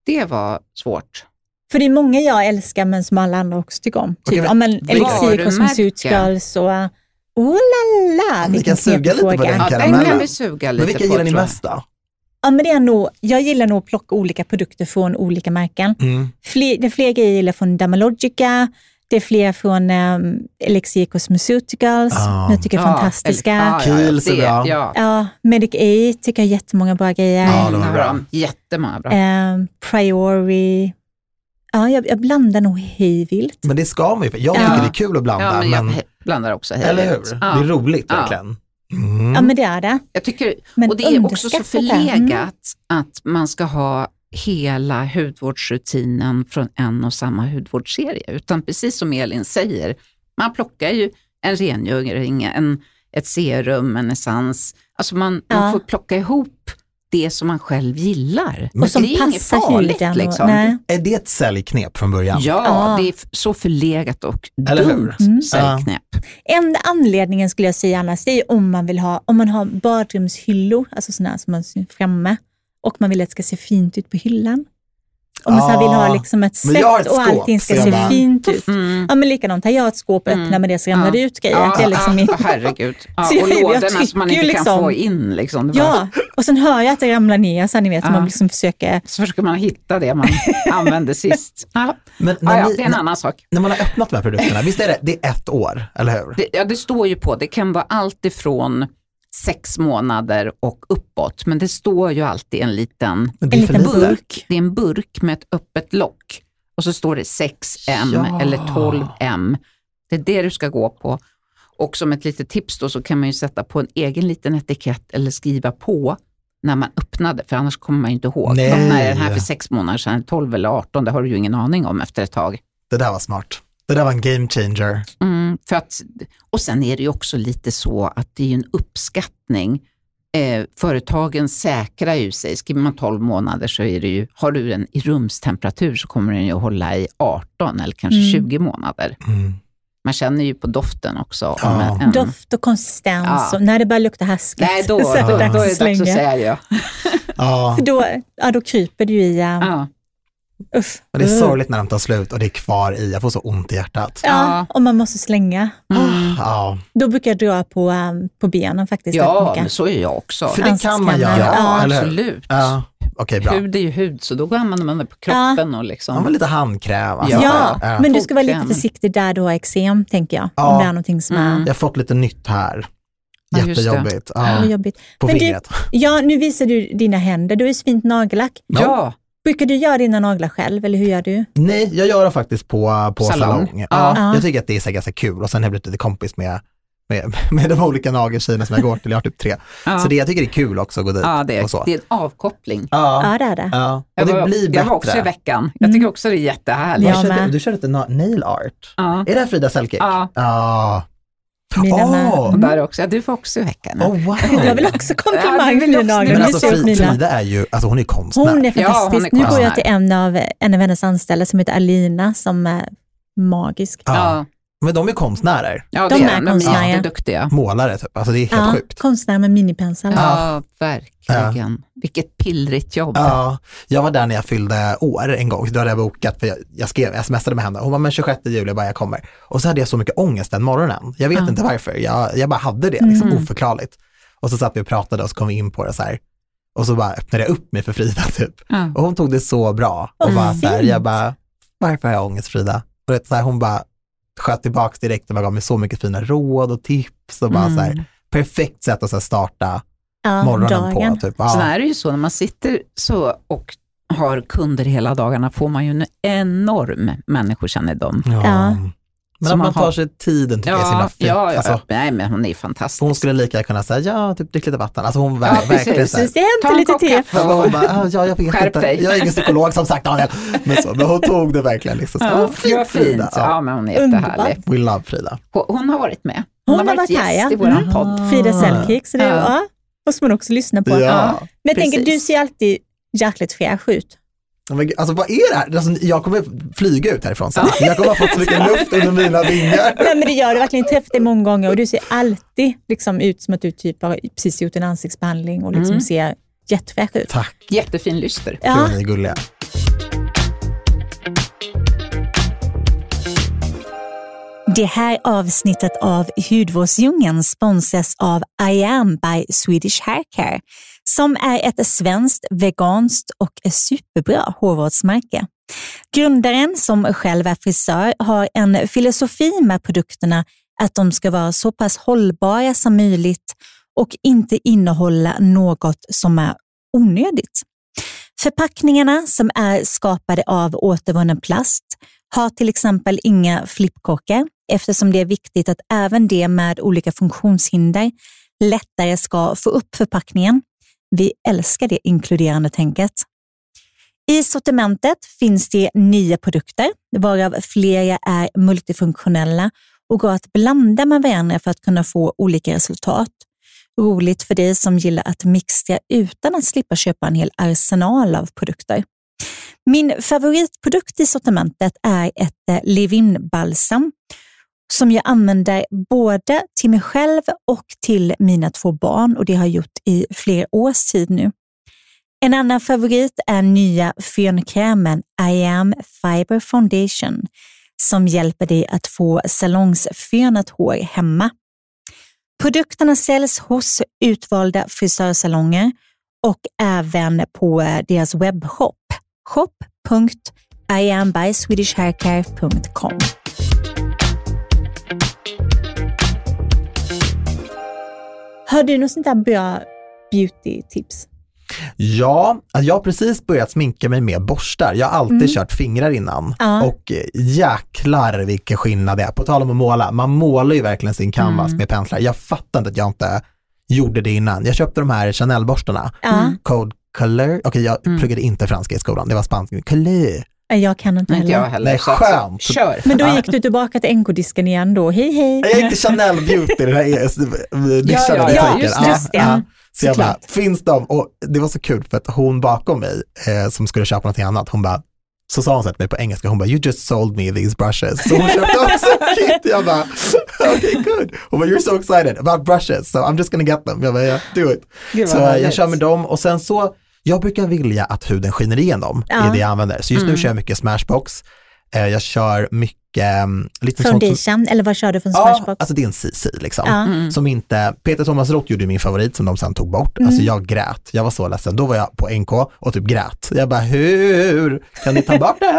S1: det var svårt.
S2: För det är många jag älskar men som alla andra också tycker om.
S3: Okej,
S2: Typ,
S3: men-
S2: ja, men
S3: vilka-
S2: Elixir, Cosmeceuticals
S1: Varumärken.
S2: Girls och uh, oh la la.
S3: Ni
S2: vilken
S3: kan suga
S2: knepig
S3: lite på
S2: fråga.
S3: den.
S1: Ja, den
S3: karamellen.
S1: kan vi suga lite
S3: Men vilka
S1: på,
S3: gillar ni
S1: tror jag.
S3: mest då?
S2: Ja, men det är nog, jag gillar nog att plocka olika produkter från olika märken.
S3: Mm.
S2: Fler, det är fler grejer jag gillar från Dermalogica, det är fler från um, Elixir Cosmeceuticals,
S3: Ja.
S2: som jag tycker är
S1: Ja,
S2: fantastiska.
S1: eller- ja, ja, ja,
S3: Kiehl's är
S1: det-
S3: bra.
S1: Ja,
S2: Ja, Medic A tycker jag är jättemånga bra grejer.
S3: Ja, de är
S1: det har
S3: bra.
S1: de. Jättemånga bra.
S2: Ehm, Priori. Ja, jag, jag blandar nog hejvilt.
S3: Men det ska man ju, för jag
S1: Ja.
S3: tycker det är kul att blanda.
S1: Ja, men jag
S3: men
S1: he- blandar också hej
S3: eller
S1: vilt.
S3: hur?
S1: Ja.
S3: Det är roligt
S1: Ja.
S3: verkligen. Mm.
S2: Ja, men det är det.
S1: Jag tycker,
S2: Men
S1: och det är också så
S2: underskattat det. Mm.
S1: förlegat att man ska ha hela hudvårdsrutinen från en och samma hudvårdsserie. Utan precis som Elin säger, man plockar ju en rengöring, en, ett serum, en essens. Alltså man,
S2: Ja.
S1: man får plocka ihop det som man själv gillar.
S3: Men
S2: Och som
S1: det är inget
S2: passar
S1: farligt
S2: huden och-
S1: liksom.
S2: Nej.
S3: Är det ett säljknep från början?
S1: Ja,
S2: Ja.
S1: det är f- så förlegat och
S3: Eller hur?
S1: dumt
S2: Mm.
S1: säljknäpp.
S2: Enda anledningen skulle jag säga annars, det är om man vill ha, om man har badrumshyllor, alltså sådana som man ser framme, och man vill att det ska se fint ut på hyllan. Om man så här vill
S3: Ah,
S2: ha liksom ett
S3: men jag har ett
S2: sätt och
S3: skåp,
S2: allting ska
S3: så
S2: se
S3: jag bara-
S2: fint ut.
S1: Mm.
S2: Ja, men likadant, här jag har ett skåp och öppnar
S1: Mm.
S2: med det så ramlar det ut grejer.
S1: Ja,
S2: det är
S1: (laughs)
S2: liksom
S1: ja,
S2: min... (laughs)
S1: herregud. Ja,
S2: Så jag-
S1: och
S2: jag
S1: lådorna som man
S2: tycker
S1: inte kan
S2: ju
S1: få
S2: liksom-
S1: in. Liksom. Det bara-
S2: Ja, och sen hör jag att det ramlar ner så här, ni vet, så
S1: Ja.
S2: man liksom försöker...
S1: Så försöker man hitta det
S2: (laughs)
S1: man använde sist. Ja.
S3: Men när,
S1: Ja, ja,
S3: ni,
S1: det är en annan sak.
S3: när man har öppnat de här produkterna, visst är det, det är ett år, eller hur?
S1: Det, ja, det står ju på, det kan vara allt ifrån sex månader och uppåt, men det står ju alltid en liten
S3: Men det är
S2: en
S3: för
S2: liten
S3: lite.
S2: burk.
S1: det är en burk med ett öppet lock och så står det 6M
S3: Ja.
S1: eller 12M. Det är det du ska gå på. Och som ett litet tips då så kan man ju sätta på en egen liten etikett eller skriva på när man öppnade, för annars kommer man ju inte ihåg.
S3: Nej.
S1: När den här för sex månader sedan, 12 eller 18, det har du ju ingen aning om efter ett tag.
S3: Det där var smart. Det där var en game changer.
S1: Mm, för att, och sen är det ju också lite så att det är ju en uppskattning. Eh, företagen säkrar ju sig. Skriver man 12 månader så är det ju, har du den i rumstemperatur så kommer den ju att hålla i 18 eller kanske
S2: Mm.
S1: 20 månader.
S3: Mm.
S1: Man känner ju på doften också. Om
S3: Ja.
S1: en, en,
S2: Doft och konsistens.
S1: Ja.
S2: Och när det börjar lukta haskigt
S1: Nej, då,
S2: (laughs) så
S1: då,
S2: är
S1: då
S2: det
S1: är
S2: dags att
S1: det dags
S2: slänga.
S1: att säga ja.
S3: Ja,
S2: För då, ja, då kryper du i... Uh,
S1: ja.
S2: Uff.
S3: men det är sorgligt när de tar slut och det är kvar i. Jag får så ont i hjärtat.
S2: Ja, och man måste slänga.
S1: Mm.
S3: Ja,
S2: Då brukar jag dra på, um, på benen faktiskt. rätt
S1: Ja,
S2: mycket.
S1: men så är jag också.
S3: för det kan man göra.
S1: Ja,
S2: Ja,
S3: eller hur?
S1: absolut.
S3: Ja, okej bra.
S1: Hud är ju hud, så då använder man det på kroppen och liksom.
S3: Ja, men lite handkräm. Alltså.
S1: Ja.
S2: ja,
S3: Ja.
S2: men du ska vara lite
S1: Fotkräm.
S2: försiktig där du har eksem, tänker jag.
S3: Ja.
S2: Om det är någonting som är
S1: Mm.
S3: Jag har fått lite nytt här.
S1: Ja, just det.
S3: Jättejobbigt.
S2: ja.
S3: Ja,
S2: jobbigt.
S3: på
S2: Men du-
S3: fingret.
S2: Ja, nu visar du dina händer. Du har ju så fint nagellack.
S1: Ja,
S2: Brukar du göra dina naglar själv, eller hur gör du?
S3: Nej, jag gör dem faktiskt på, på salong.
S1: Salong.
S3: Ja,
S2: Ja.
S3: Jag tycker att det är så här ganska kul och sen har jag blivit lite kompis med, med, (laughs) med de olika nageltjejerna som jag går till, jag har typ tre.
S1: ja.
S3: Så det, jag tycker det är kul också att gå dit.
S1: ja det,
S3: och så.
S1: är, det är en avkoppling.
S2: Ja,
S3: Ja,
S2: det är det.
S3: ja.
S1: Jag
S3: och det
S1: var,
S3: blir bättre.
S1: jag var också i veckan. Jag tycker också det är jättehärligt.
S3: Jag
S2: Ja,
S3: körde,
S2: men-
S3: du kör lite na- nail art.
S1: Ja.
S3: Är det här Frida Selkic?
S1: Ja.
S3: Mm. Ja.
S2: Mina
S3: Åh!
S1: Och
S2: naglar.
S1: där också. Ja, du var också i veckan.
S3: Oh, wow.
S2: Jag vill också
S1: Ja,
S2: komplimang
S1: du
S2: för
S1: vill
S2: mina
S1: också-
S2: naglar.
S3: Men
S2: Nu
S3: alltså
S2: ser jag
S3: Fri-
S2: ut mina.
S3: Frida är ju, alltså hon är ju konstnär.
S2: Hon är
S1: Ja, hon
S2: fantastisk.
S1: är
S2: nu går jag
S1: konstnär.
S2: till en av, en av hennes anställda som heter Alina som är magisk.
S3: ja.
S1: Ja,
S3: Men de är konstnärer,
S1: ja
S2: De
S1: det
S2: är
S1: är de. De är
S2: konstnärer.
S1: jätteduktiga.
S3: målare typ. Alltså det är helt
S2: Ja,
S3: sjukt.
S2: konstnär med minipenseln.
S1: Ja, verkligen. Vilket pillrigt jobb.
S3: Ja, jag var där när jag fyllde år en gång, så då hade jag bokat, för jag, jag skrev, smsade med henne, hon bara, men 26 juli, jag bara, jag kommer. Och så hade jag så mycket ångest den morgonen, jag vet
S1: Ja.
S3: inte varför, jag, jag bara hade det, liksom,
S1: Mm.
S3: oförklarligt. Och så satt vi och pratade och så kom vi in på det så här, och så bara öppnade jag upp mig för Frida (laughs) typ.
S1: Ja.
S3: Och hon tog det så bra, och
S2: Vad
S3: bara så här,
S2: fint.
S3: jag bara, varför har jag ångest Frida? Och det, så här, hon bara sköt tillbaka direkt och bara gav mig så mycket fina råd och tips och bara
S1: Mm.
S3: så här, perfekt sätt att så här, starta
S2: Ja,
S3: morgonen
S2: dagen.
S3: på. Typ. Ja.
S1: Sen är det ju så när man sitter så och har kunder hela dagarna får man ju en enorm människokännedom.
S3: Ja.
S2: Ja.
S3: Men
S1: Som
S3: att man
S1: man har-
S3: tar sig tiden tycker jag är så himla
S1: Ja,
S3: fint.
S1: ja, ja.
S3: Alltså,
S1: Nej, men hon är fantastisk.
S3: hon skulle lika gärna kunna säga, ja, typ drick lite vatten. Alltså hon
S1: Ja,
S3: var verkligen
S1: precis.
S3: så här,
S2: Så jag
S1: Ta
S2: hämtar
S1: en
S2: lite
S1: kopp
S2: te.
S1: kaffe.
S3: Ja, men hon bara, "Ah, ja, jag vet
S1: Skärp
S3: inte,
S1: dig."
S3: jag är ingen psykolog som sagt Daniel. Men, så, men hon tog det verkligen liksom. Så,
S1: Ja,
S3: "Åh, fint,
S1: ja, fint.
S3: Frida. Ja.
S1: Ja, men hon är
S2: Underbart.
S1: jättehärlig.
S3: We love Frida.
S1: Hon, hon har varit med.
S2: Hon har varit här,
S1: gäst
S2: ja.
S1: i vår
S2: Mm.
S1: podd.
S2: Frida Selkik. Så det,
S1: Ja.
S2: ja. måste man också lyssna på.
S3: Ah. Ja.
S2: Men jag tänker,
S1: Precis.
S2: du ser alltid jäkligt fräsch ut.
S3: Ja, Men, gud, alltså vad är det här? Alltså, jag kommer flyga ut härifrån sen. Jag kommer ha fått så mycket luft under mina vingar.
S2: Nej, men det gör du verkligen. Jag har träffat dig många gånger och du ser alltid liksom ut som att du typ har precis gjort en ansiktsbehandling och liksom
S1: Mm.
S2: ser jättefräsch ut.
S3: Tack,
S1: Jättefin lyster.
S3: gud
S2: Ja,
S3: vad ni är gulliga.
S2: Det här avsnittet av Hudvårdsdjungeln sponsras av I am by Swedish Haircare som är ett svenskt, veganskt och superbra hårvårdsmärke. Grundaren, som själv är frisör, har en filosofi med produkterna att de ska vara så pass hållbara som möjligt och inte innehålla något som är onödigt. Förpackningarna, som är skapade av återvunnen plast, ha till exempel inga flippkorkar eftersom det är viktigt att även det med olika funktionshinder lättare ska få upp förpackningen. Vi älskar det inkluderande tänket. I sortimentet finns det nio produkter, varav flera är multifunktionella och går att blanda med varandra för att kunna få olika resultat. Roligt för dig som gillar att mixtra utan att slippa köpa en hel arsenal av produkter. Min favoritprodukt i sortimentet är ett eh, Livin balsam som jag använder både till mig själv och till mina två barn och det har jag gjort i flera års tid nu. En annan favorit är nya fönkrämen I am Fiber Foundation som hjälper dig att få salongsfönat hår hemma. Produkterna säljs hos utvalda frisörsalonger och även på eh, deras webbshop shop.iambyswedishhaircare.com. Har du något sånt där bra beauty-tips?
S3: Ja, alltså jag har precis börjat sminka mig med borstar. Jag har alltid
S2: Mm.
S3: kört fingrar innan.
S2: Ja.
S3: Och eh, jäklar vilken skillnad det är. På tal om att måla, man målar ju verkligen sin canvas
S1: Mm.
S3: med penslar. Jag fattar inte att jag inte gjorde det innan. Jag köpte de här Chanel-borstarna,
S2: Ja,
S3: Code Color. Okej, jag
S1: Mm.
S3: pluggade inte franska i skolan, det var spanska. Color.
S2: jag kan inte
S1: Nej, inte jag
S2: heller.
S1: heller.
S3: Nej,
S1: Så alltså,
S3: skönt.
S1: Kör.
S2: Men då gick du tillbaka till NK-disken igen då. Hej, hej.
S1: (laughs)
S2: (laughs)
S3: Jag gick till Chanel Beauty, den här
S1: Ja, ja,
S3: nischade
S1: ja,
S3: butiken.
S1: just
S3: Ja,
S2: det.
S3: ja. Så jag bara,
S1: Såklart.
S3: finns de? Och det var så kul för att hon bakom mig eh, som skulle köpa någonting annat, hon bara, så sa hon så här till mig på engelska, hon bara, you just sold me these brushes. Så hon köpte också kit. Jag bara, okay good. Hon bara, you're so excited about brushes, so I'm just gonna get them. Jag bara, yeah, do it.
S1: Gud, vad
S3: Så eh, jag
S1: härligt.
S3: kör med dem och sen så, jag brukar vilja att huden skiner igenom
S2: Ja.
S3: i det jag använder. Så just nu
S1: Mm.
S3: kör jag mycket smashbox, eh, jag kör mycket, um, lite sånt som,
S2: Foundation, eller vad kör du från
S3: ja,
S2: Smashbox?
S3: alltså det är en CC liksom
S2: Ja.
S1: Mm.
S3: som inte, Peter Thomas Roth gjorde ju min favorit som de sen tog bort. Alltså jag grät, jag var så ledsen. Då var jag på NK och typ grät. Jag bara hur kan ni ta bort den?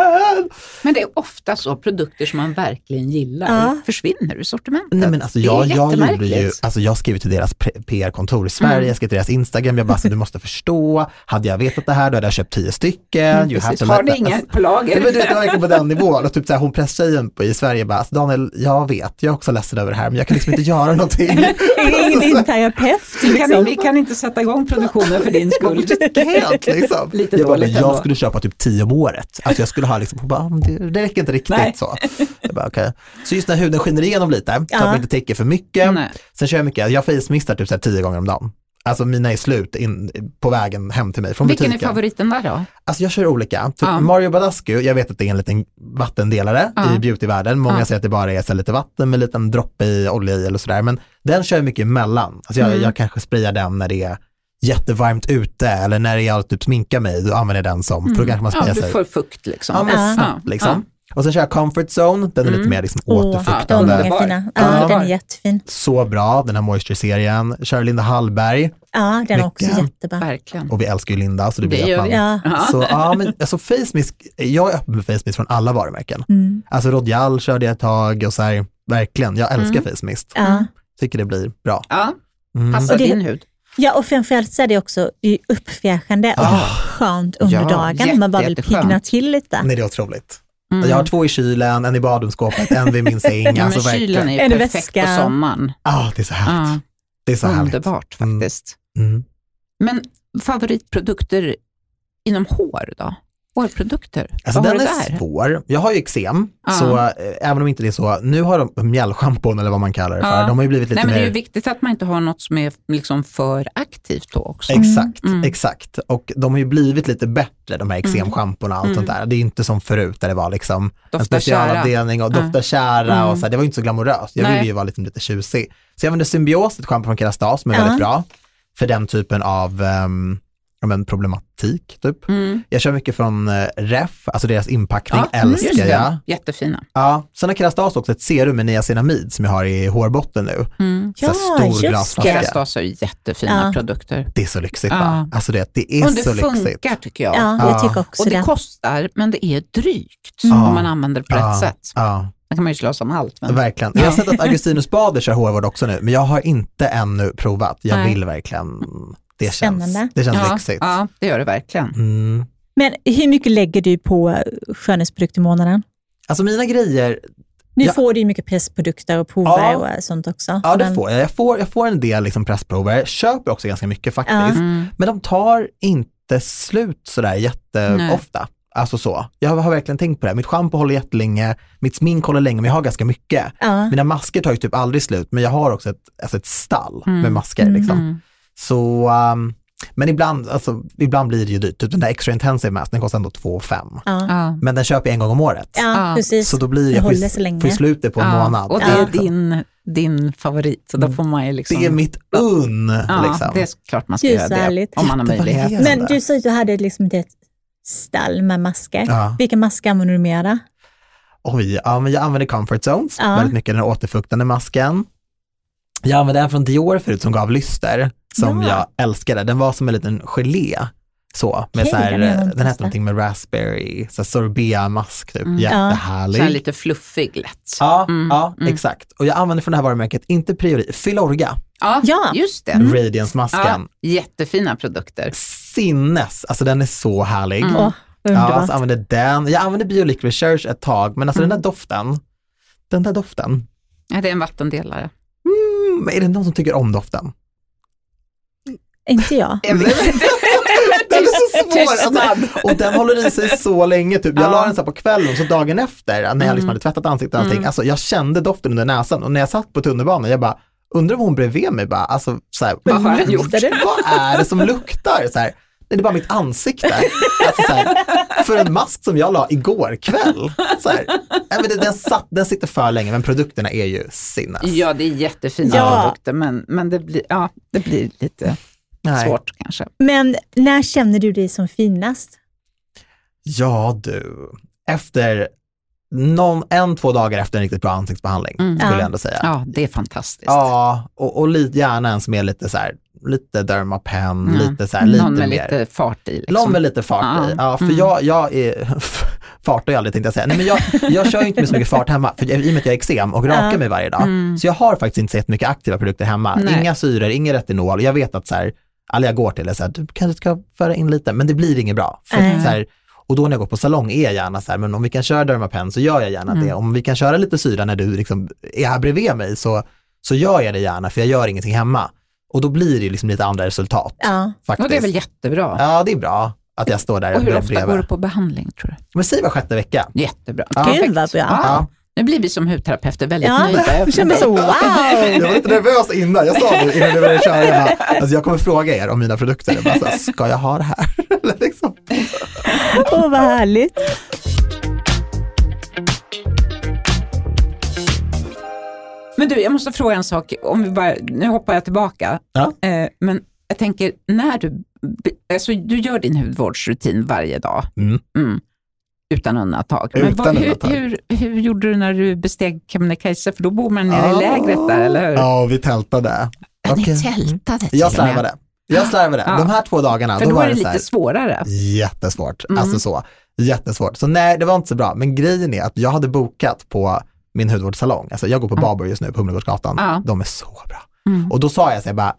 S1: Men det är ofta så, produkter som man verkligen gillar
S2: Ja.
S1: försvinner ur sortimentet.
S3: Nej men alltså
S1: Det är
S3: jag, jag gjorde
S1: jättemärkligt. Mm.
S3: ju, alltså jag skrev till deras pre- PR-kontor i Sverige, jag skrev till deras Instagram, jag bara så du måste förstå, hade jag vetat det här då hade jag köpt tio stycken.
S1: Mm,
S3: You have
S1: precis.
S3: to
S1: Har
S3: let
S1: ni
S3: that-
S1: inga på
S3: Nej, Alltså, men du vet, det
S1: lager?
S3: var verkligen på den nivån. Och typ så här, hon presstjejen på- i Sverige bara, alltså Daniel, jag vet, jag är också ledsen över det här, men jag kan liksom
S1: (laughs)
S3: inte göra någonting.
S2: Ring
S3: Alltså-
S2: din terapeut
S1: Vi kan,
S2: liksom.
S1: vi kan inte sätta igång produktionen för din (laughs) skull.
S3: helt liksom.
S1: Lite
S3: jag bara,
S1: dåligt
S3: men jag
S1: ändå.
S3: skulle köpa typ tio om året. Alltså jag skulle ha liksom, hon bara, ah, men det, det räcker inte riktigt
S1: Nej.
S3: så. Jag bara, okay. Så just när huden skiner igenom lite, så
S2: Ja.
S3: att man inte täcker för mycket.
S1: Nej.
S3: Sen kör jag mycket, jag facemistar typ så här tio gånger om dagen. Alltså mina är slut in, på vägen hem till mig från
S1: Vilken är
S3: butiken.
S1: favoriten där då?
S3: Alltså jag kör olika. Typ
S1: Ja.
S3: Mario Badescu, jag vet att det är en liten vattendelare
S1: Ja.
S3: i beautyvärlden. Många
S1: Ja.
S3: säger att det bara är så här lite vatten med en liten droppe i olja i eller sådär. Men den kör jag mycket emellan. Alltså jag,
S1: Mm.
S3: jag kanske sprayar den när det är jättevarmt ute eller när jag typ sminkar mig, då använder jag den som, för då kanske man sprayar
S1: Mm. Ja, du
S3: sig.
S1: får fukt liksom.
S3: Ja, men
S2: Ja.
S3: snabbt
S1: Ja.
S3: liksom. Och sen kör jag comfort zone, den är lite
S1: Mm.
S3: mer liksom
S2: Åh, de
S3: återfuktande.
S2: är många fina. Ja,
S3: Underbar.
S2: den är jättefin.
S3: Så bra, den här moisture-serien. Kör Linda Hallberg
S2: Ja, den är också
S3: Mycket.
S2: jättebra.
S1: Verkligen.
S3: och vi älskar ju Linda så det
S1: Det
S3: blir
S1: gör
S3: att man...
S1: vi.
S2: Ja.
S1: Ja.
S3: Så ja, men alltså face mist, jag är öppen med face mist från alla varumärken.
S2: Mm.
S3: Alltså Rodial körde jag ett tag och så här, verkligen, jag älskar
S1: Mm.
S3: face mist.
S2: Ja.
S3: Tycker det blir bra.
S1: Ja,
S3: Mm.
S1: passar
S2: Och det-
S1: din hud.
S2: ja, och framförallt så är det också det är uppfräschande och
S3: Ah.
S2: skönt under
S1: Ja,
S2: dagen. Man bara vill
S1: jättejätteskönt.
S2: piggna till lite.
S3: Nej, det är otroligt.
S1: Mm.
S3: Jag har två i kylen, en i badrumsskåpet, en vid min säng.
S1: (laughs) ja, men
S3: alltså,
S1: kylen
S3: verkligen.
S1: är
S2: Är
S1: ju
S2: det
S1: perfekt
S2: väska?
S1: på sommaren.
S3: Ah, det är så härligt.
S1: Ja,
S3: Det är så härligt.
S1: underbart
S3: Mm.
S1: faktiskt.
S3: Mm.
S1: Men favoritprodukter inom hår då? Hårprodukter?
S3: Alltså
S1: Vad
S3: den
S1: har du
S3: är
S1: där?
S3: svår. Jag har ju eksem,
S1: Ja.
S3: så eh, även om inte det är så, nu har de mjällschampon eller vad man kallar det för,
S1: Ja.
S3: de har ju blivit lite
S1: Nej, men det är ju
S3: mer
S1: viktigt att man inte har något som är liksom för aktivt då också.
S3: Exakt,
S1: Mm.
S3: exakt. Och de har ju blivit lite bättre de här eksemschamporna och allt
S1: Mm.
S3: sånt där. Det är ju inte som förut där det var liksom en
S1: Doftar tjära.
S3: specialavdelning och
S1: Ja. Mm.
S3: doftar tjära och så här, det var ju inte så glamoröst. Jag
S1: Nej.
S3: ville ju vara liksom lite tjusig. Så jag använde symbios, ett schampo från Kerastase som är
S2: Ja.
S3: väldigt bra för den typen av ehm, ja, men problematik typ.
S1: Mm.
S3: Jag kör mycket från eh, Ref, alltså deras inpackning
S1: Ja,
S3: älskar
S1: just det.
S3: jag.
S1: Jättefina.
S3: Ja. Sen har Kerastase också ett serum med niacinamid som jag har i hårbotten nu.
S1: Mm.
S3: Så här stor glasflaska.
S2: det.
S1: Kerastase har ju jättefina
S2: Ja.
S1: produkter.
S3: Det är så lyxigt
S1: Ja.
S3: va? Alltså det, det är
S1: Och det
S3: så lyxigt.
S1: funkar tycker jag.
S2: Ja,
S3: Ja.
S2: jag tycker också
S1: Och det
S2: det.
S1: kostar, men det är drygt
S3: Mm.
S1: om man använder det på
S3: Ja.
S1: rätt sätt.
S3: Ja.
S1: Man kan man ju slösa med allt. Men...
S3: Verkligen. Jag har
S1: Ja.
S3: sett att Augustinus Bader kör hårvård också nu, men jag har inte ännu provat. Jag
S1: Nej.
S3: vill verkligen. Det känns,
S2: Spännande.
S3: det känns
S1: Ja,
S3: lyxigt.
S1: ja, det gör det
S3: (laughs)
S1: verkligen.
S3: Mm.
S2: Men hur mycket lägger du på skönhetsprodukt i månaden?
S3: Alltså mina grejer,
S2: Nu
S3: Ja.
S2: får du ju mycket pressprodukter och prover
S3: Ja.
S2: och sånt också.
S3: ja det
S2: Men-
S3: får jag. Jag får, jag får en del liksom pressprover, jag köper också ganska mycket faktiskt,
S2: Ja.
S1: Mm.
S3: men de tar inte slut sådär jätteofta. Alltså så. Jag har verkligen tänkt på det. här. Mitt schampo håller jättelänge, mitt smink håller länge, men jag har ganska mycket.
S2: Ja.
S3: Mina masker tar ju typ aldrig slut, men jag har också ett, alltså ett stall med
S1: Mm.
S3: masker. Liksom.
S1: Mm.
S3: Så, um, men ibland, alltså, ibland blir det ju dyrt. Typ den där extra intensive masken, den kostar ändå 2 5.
S2: Ja.
S1: Ja.
S3: Men den köper jag en gång om året.
S2: ja,
S1: Ja.
S2: precis.
S3: Så då blir
S2: Den
S3: jag, får
S2: håller så
S3: ju-
S2: länge.
S3: får ju slut det på en
S1: Ja,
S3: månad. Mm.
S1: Och det
S2: Ja.
S1: är din, din favorit, så då får man ju liksom...
S3: det är mitt unn.
S1: ja,
S3: liksom.
S1: det är klart man ska
S2: Gud,
S1: göra
S2: så
S1: det,
S2: härligt.
S1: om man har möjlighet.
S3: Jättevarierande.
S2: Men du sa ju att du hade liksom inte ett stall med masker.
S3: Ja.
S2: Vilka masker använder du mera?
S3: Oj, ja, men jag använder comfort zones
S2: Ja.
S3: väldigt mycket, den här återfuktande masken. Jag använde en från Dior förut som gav lyster, som
S2: Ja.
S3: jag älskade. Den var som en liten gelé. Så, med
S2: Okej,
S3: så här, eh,
S2: den har jag
S3: den,
S2: inte
S3: den hette
S2: testat.
S3: någonting med raspberry, så här sorbetmask typ,
S1: Mm. Ja.
S3: jättehärlig.
S1: Så här lite fluffig lätt.
S3: Ja,
S1: Mm,
S3: ja
S1: mm.
S3: exakt. Och jag använder från det här varumärket, inte Priori, Filorga,
S1: Ja,
S2: Ja.
S1: just det.
S3: Radiance-masken.
S1: Ja, jättefina produkter.
S3: Sinnes, alltså den är så härlig.
S1: Mm.
S2: Åh, vad
S3: Ja, alltså-
S2: underbart.
S3: så använder den. Jag använde Biolic Research ett tag, men alltså
S1: Mm.
S3: den där doften, den där doften,
S1: Ja, det är en vattendelare.
S3: mm, är det någon som tycker om doften?
S2: Inte jag.
S1: Jag (laughs) vet inte.
S3: Den är så svår! Alltså,
S1: Tystnad.
S3: och den håller i sig så länge, typ. jag
S1: Ja.
S3: la den så här på kvällen, så dagen efter, när jag liksom
S1: Mm.
S3: hade tvättat ansiktet och allting,
S1: Mm.
S3: alltså jag kände doften under näsan och när jag satt på tunnelbanan, jag bara, undrar om hon bredvid mig bara, alltså så här,
S1: Vad har han gjort?
S2: Luktar det?
S3: vad är det som luktar? Så här, nej, det är bara mitt ansikte. Alltså, så här, för en mask som jag la igår kväll. Så här, nej, men det, den, satt, den sitter för länge, men produkterna är ju sinnes.
S1: Ja, det är jättefina
S2: Ja.
S1: produkter, men, men det, blir, ja, det blir lite
S3: Nej.
S1: svårt kanske.
S2: Men när känner du dig som finast?
S3: Ja du, efter någon, en, två dagar efter en riktigt bra ansiktsbehandling
S1: Mm.
S3: skulle jag
S2: Ja.
S3: ändå säga.
S1: Ja, det är fantastiskt.
S3: Ja, och, och lite, gärna en som är lite så här, lite dermapen,
S1: Mm.
S3: lite så här, lite
S1: Någon med
S3: mer.
S1: lite fart i. Liksom.
S3: Någon med lite fart i.
S1: Ja.
S3: Ja, för
S1: Mm.
S3: jag, jag är, (laughs) fart har jag aldrig tänkt jag säga. Nej men jag, jag kör ju inte med så mycket fart hemma, för jag, i och med att jag är eksem och rakar
S2: Ja.
S3: mig varje dag.
S1: Mm.
S3: Så jag har faktiskt inte så jättemycket aktiva produkter hemma.
S1: Nej.
S3: Inga syror, ingen retinol. Jag vet att så här, alla jag går till är så här, du kanske ska föra in lite, men det blir inget bra. För
S2: Nej.
S3: så här, och då när jag går på salong är jag gärna så här, men om vi kan köra Dermapen så gör jag gärna
S1: Mm.
S3: det. Om vi kan köra lite syra när du liksom är här bredvid mig så, så gör jag det gärna, för jag gör ingenting hemma. Och då blir det ju liksom lite andra resultat.
S2: Ja.
S3: Faktiskt.
S1: Och det är väl jättebra.
S3: Ja, det är bra att jag står där
S1: Och hur
S3: bredvid.
S1: ofta går du på behandling tror
S3: Men säg var sjätte vecka.
S1: du? Jättebra.
S3: Ja.
S2: Gud,
S1: Perfekt.
S2: vad bra.
S1: Ja. Nu blir vi som hudterapeuter väldigt
S2: Ja,
S1: nöjda.
S2: jag
S1: efter
S2: (laughs) känner så
S1: dig.
S2: wow!
S3: Jag var lite nervös innan, jag sa det innan du började köra. Jag, bara, alltså jag kommer fråga er om mina produkter. Jag bara, så här, ska jag ha det här? (laughs) Eller liksom.
S2: Åh, vad härligt.
S1: Men du, jag måste fråga en sak. Om vi bara, nu hoppar jag tillbaka.
S3: Ja.
S1: Eh, men jag tänker, när du, alltså, du gör din hudvårdsrutin varje dag.
S3: Mm.
S1: Utan undantag.
S3: Utan
S1: hur,
S3: undantag.
S1: Hur, hur gjorde du när du besteg Kebnekaise? För då bor man nere i lägret där, eller hur?
S3: Ja, vi tältade.
S1: Ja, Ni
S3: Okej.
S1: tältade till
S3: Jag
S1: och med.
S3: slarvade. Jag slarvade.
S1: Ja.
S3: De här två dagarna,
S1: För
S3: då
S1: då
S3: var
S1: är
S3: det
S1: det
S3: så här,
S1: lite svårare.
S3: jättesvårt.
S1: Mm.
S3: Alltså så, jättesvårt. Så nej, det var inte så bra. Men grejen är att jag hade bokat på min hudvårdssalong. Alltså jag går på Babor just nu på Humlegårdsgatan.
S1: Ja.
S3: De är så bra.
S1: Mm.
S3: Och då sa jag så här bara,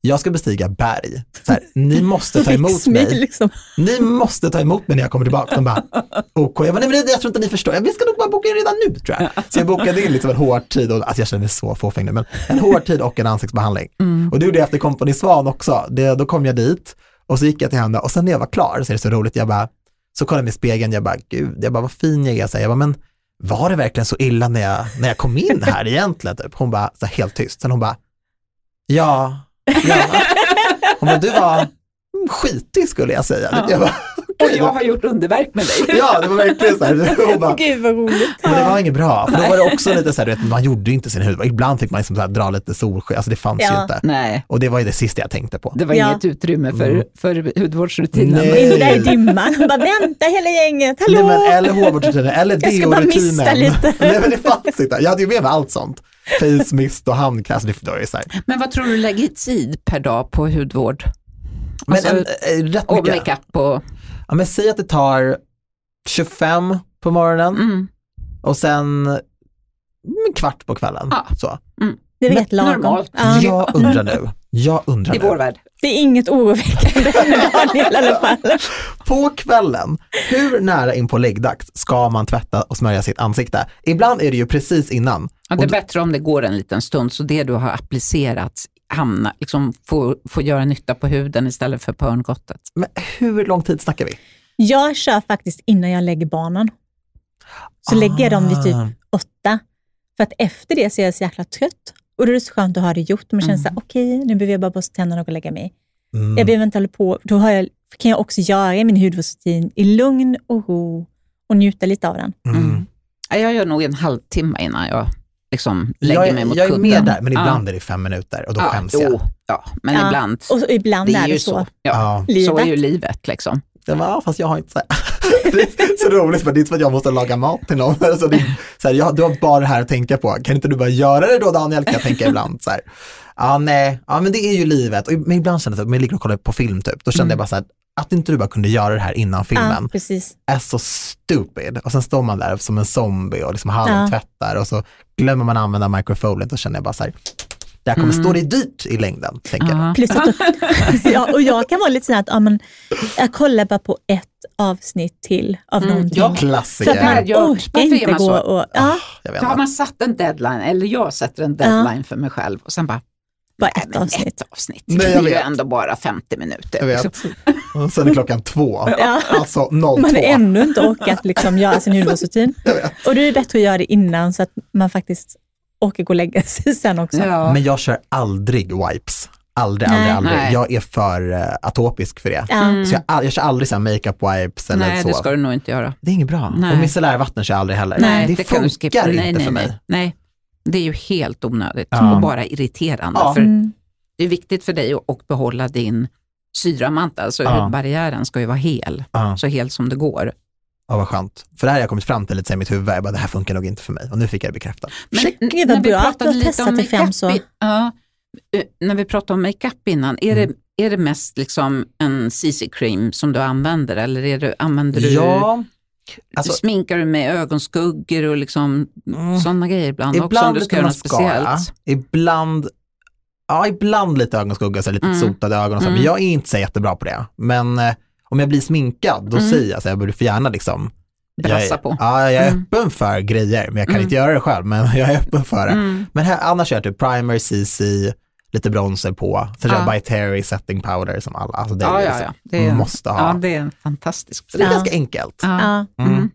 S3: jag ska bestiga berg. Så här, ni
S1: (laughs)
S3: måste ta emot
S2: Riksmil,
S3: mig.
S2: Liksom.
S3: Ni måste ta emot mig när jag kommer tillbaka. De bara, OK. Jag bara, nej men det, jag tror inte ni förstår. Vi ska nog bara boka in redan nu tror jag. Så jag bokade in liksom en hård tid, och, alltså jag känner mig så fåfäng nu, men en hård tid och en ansiktsbehandling.
S1: Mm.
S3: Och det gjorde jag efter Company Svan också. Det, då kom jag dit och så gick jag till henne och sen när jag var klar så är det så roligt, jag bara, Så kollade jag mig i spegeln, jag bara, gud, jag bara, vad fin jag är. Så här, jag bara, men var det verkligen så illa när jag, när jag kom in här egentligen? Typ. Hon bara, så här, helt tyst. Sen hon bara, ja, ja. Hon bara, du var skitig skulle jag säga.
S4: Ja.
S3: Jag bara,
S4: Och
S3: "Okej,
S4: jag
S3: vad-
S4: har gjort underverk med dig.
S3: Ja, det var verkligen så här. Hon bara,
S2: Gud vad roligt.
S3: men det var inget bra. För då var det också lite så här, du vet, man gjorde ju inte sin hud. Ibland fick man liksom så här, dra lite solsken, alltså det fanns ju
S2: Ja.
S3: inte.
S1: Nej,
S3: Och det var ju det sista jag tänkte på.
S1: det var
S2: Ja.
S1: inget utrymme för,
S3: Mm.
S1: för hudvårdsrutinen.
S3: Nej.
S2: In där i dimman. Hon bara vänta hela gänget, hallå!
S3: Nej, men, eller hårvårdsrutinen, eller
S2: Jag ska bara
S3: deorutinen.
S2: mista lite.
S3: (laughs) Nej men det fanns inte. Jag hade ju med mig allt sånt. Face mist och handkräm, alltså det var ju så här.
S1: Men vad tror du lägger tid per dag på hudvård?
S3: Men
S1: Alltså,
S3: en, eh, rätt
S1: Och
S3: mycket.
S1: makeup och...
S3: Ja, men säg att det tar 25 på morgonen
S1: Mm.
S3: och sen en kvart på kvällen.
S1: Ja.
S3: Så.
S2: det var
S1: men
S2: helt lagom.
S1: normalt.
S2: Ja.
S3: Jag undrar nu, jag undrar
S1: I
S3: nu.
S1: vår värld.
S2: Det är inget oroväckande med Daniel i alla fall.
S3: På kvällen, hur nära in på läggdags ska man tvätta och smörja sitt ansikte? Ibland är det ju precis innan.
S1: Ja, det
S3: Och
S1: är
S3: då-
S1: bättre om det går en liten stund, så det du har applicerat hamnar, liksom får, får göra nytta på huden istället för på örngottet.
S3: Men hur lång tid snackar vi?
S2: Jag kör faktiskt innan jag lägger barnen. Så lägger jag dem vid typ
S3: Ah.
S2: åtta. För att efter det så är jag så jäkla trött. Och då är det så skönt att ha det gjort. Man känner
S1: Mm.
S2: så här, okej, nu behöver jag bara borsta tänderna och gå och lägga mig.
S3: Mm.
S2: Jag behöver inte hålla på. Då har jag, kan jag också göra min hudvårdsrutin i lugn och ro och njuta lite av den.
S1: Mm.
S3: Mm.
S1: Ja, Jag gör nog en halvtimme innan jag liksom lägger
S3: Jag,
S1: mig mot
S3: är- jag är
S1: kudden.
S3: med där, men
S1: Ja.
S3: ibland är det fem minuter och då
S1: ja,
S3: skäms
S1: jo,
S3: jag.
S1: Ja, men
S2: Ja,
S1: ibland.
S2: Och så, ibland
S1: Det
S2: är
S1: är ju
S2: det så.
S1: så. Ja,
S3: Ja.
S2: Livet.
S1: så är ju livet liksom.
S3: Jag bara, "Ah, fast jag har inte så här. (laughs) Det är så roligt, men det är inte för att jag måste laga mat till någon. (laughs) Alltså det är, så här, jag, du har bara det här att tänka på. Kan inte du bara göra det då Daniel, kan jag tänka ibland. Så här. Ja, nej, ja, men det är ju livet. Och, men ibland känner jag, att- men jag ligger och kollar på film typ, då kände
S1: Mm. Ah.
S3: jag bara så här, att inte du bara kunde göra det här innan filmen
S2: Ja, precis.
S3: är så stupid. Och sen står man där som en zombie och
S1: Ah.
S3: liksom halvtvättar och så glömmer man använda microfoliet och känner jag bara så här, det här kommer
S1: Mm.
S3: stå dig dyrt i längden, tänker jag.
S1: Ja.
S2: Plus
S1: (laughs)
S2: att ja, och jag kan vara lite sån här att ja, men, jag kollar bara på ett avsnitt till av
S1: Mm,
S2: någonting.
S1: ja.
S2: Så att
S3: Klassiker.
S2: man
S1: Där gör-
S2: orkar
S1: varför är
S2: inte
S1: man
S2: gå
S1: så?
S2: och... Ja,
S3: Jag vet
S1: Då har
S3: inte.
S1: man satt en deadline, eller jag sätter en deadline för mig själv och sen bara,
S2: bara
S1: nej,
S2: ett
S1: men
S2: avsnitt.
S1: ett avsnitt.
S3: Nej,
S1: det
S3: jag
S1: är ju
S3: vet.
S1: ändå bara 50 minuter.
S3: Jag
S1: liksom.
S3: vet. Och sen är klockan två.
S1: (laughs)
S2: Ja.
S3: Alltså
S2: Man
S3: 02.
S2: har ännu inte orkat liksom göra sin hudvårdsrutin. Och då är det bättre att göra det innan så att man faktiskt orkar gå och lägga (laughs) sig sen också.
S1: Ja.
S3: Men jag kör aldrig wipes. Aldrig, aldrig,
S2: Nej.
S3: aldrig.
S1: Nej.
S3: Jag är för eh, atopisk för det.
S2: Ja.
S1: Mm.
S3: Så jag, all- jag kör aldrig så här makeup wipes eller
S1: Nej,
S3: så.
S1: det ska du nog inte göra.
S3: Det är inget bra.
S1: Nej.
S3: Och micellärvatten kör jag aldrig heller.
S1: Nej,
S3: det,
S1: det,
S3: funkar
S1: kan du skippa.
S3: inte
S1: nej, nej,
S3: för mig.
S1: Nej. nej, det är ju helt onödigt
S3: Ja.
S1: och bara irriterande.
S3: Ja.
S1: För
S2: Mm.
S1: det är viktigt för dig att att behålla din syramanta, alltså
S3: Ja.
S1: hudbarriären ska ju vara hel,
S3: Ja,
S1: så hel som det går.
S3: ja, vad skönt. För det här har jag kommit fram till lite så här i mitt huvud. Jag bara, det här funkar nog inte för mig. Och nu fick jag det bekräftat.
S1: Men
S2: Shit,
S1: n-
S2: gud, vad
S1: när vi
S2: bra att
S1: pratade
S2: du har
S1: lite
S2: testat
S1: om
S2: dig fram
S1: makeup
S2: så.
S1: i- Ja, eh, när vi pratade om makeup innan, är,
S3: Mm.
S1: det, är det mest liksom en CC-cream som du använder eller är det, använder du,
S3: Ja, alltså-
S1: sminkar du med ögonskuggor och liksom
S3: Mm.
S1: sådana grejer ibland, också om
S3: ibland
S1: du ska
S3: lite
S1: göra något
S3: mascara.
S1: speciellt?
S3: Ibland, ja, ibland lite ögonskugga, så här lite
S1: Mm.
S3: sotade ögon och så.
S1: Mm.
S3: Men jag är inte så jättebra på det. Men eh, om jag blir sminkad, då
S1: Mm.
S3: säger jag så här, jag borde för gärna liksom jag
S1: Brassa
S3: är,
S1: på.
S3: Ja, jag är
S1: Mm.
S3: öppen för grejer, men jag kan
S1: Mm.
S3: inte göra det själv, men (laughs) jag är öppen för det.
S1: Mm.
S3: Men här, annars kör jag typ primer, CC, lite bronzer på, sen kör jag
S1: Ja.
S3: By Terry setting powder som alla, alltså det är
S1: Ja, ja,
S3: liksom,
S1: ja. Det är,
S3: måste ha.
S1: ja, det är fantastiskt.
S3: Så det är
S2: Ja.
S3: ganska enkelt,
S1: Ja.
S2: Ja.
S3: mm.
S1: Mm.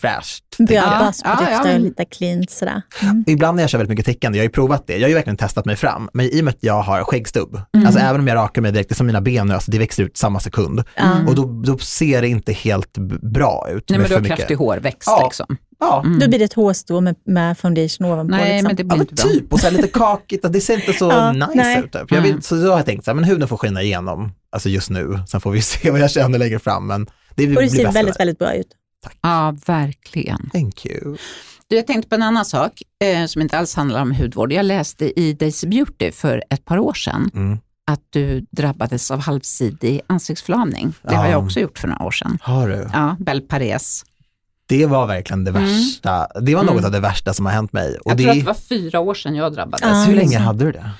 S3: fräscht.
S2: Bra
S3: tänker jag.
S1: Ja,
S2: basprodukter
S1: ja, ja.
S2: och lite cleant sådär. Mm.
S3: Ibland när jag kör väldigt mycket täckande, jag har ju provat det, jag har ju verkligen testat mig fram, men i och med att jag har skäggstubb,
S1: Mm.
S3: alltså även om jag rakar mig direkt, det är som mina ben nu, alltså det växer ut samma sekund.
S2: Ja.
S1: Mm.
S3: Och då, då ser det inte helt b- bra ut.
S1: Nej,
S3: med
S1: men du
S3: för
S1: har
S3: mycket-
S1: kraftig hårväxt
S3: Ja.
S1: liksom.
S3: Ja,
S1: Mm.
S2: Då blir det ett hårstrå med, med foundation ovanpå.
S1: Nej,
S2: liksom.
S1: men det blir
S3: Ja men
S1: inte bra.
S3: typ, och så här lite kakigt, att det ser
S1: (laughs)
S3: inte så
S2: Ja,
S3: nice
S2: nej.
S3: ut. Typ. Jag
S1: Mm.
S3: vill, så då har jag tänkt så här, men huden får skina igenom, alltså just nu, sen får vi (laughs) se vad jag känner längre fram. Men det blir
S2: och det
S3: bäst
S2: ser
S3: av
S2: väldigt,
S3: det.
S2: väldigt bra ut.
S1: Ja, verkligen.
S3: Thank you.
S1: Du, jag tänkte på en annan sak eh, som inte alls handlar om hudvård. Jag läste i Daisy Beauty för ett par år sedan
S3: Mm.
S1: att du drabbades av halvsidig ansiktsförlamning. Det har
S3: Ja.
S1: jag också gjort för några år sedan.
S3: Har du?
S1: Ja, Belle Pares.
S3: Det var verkligen det
S1: Mm.
S3: värsta, det var något
S1: Mm.
S3: av det värsta som har hänt mig. Och
S1: Jag
S3: det, Alltså,
S1: tror att det var fyra år sedan jag drabbades.
S2: Ja.
S3: Hur länge
S2: liksom.
S3: hade du det?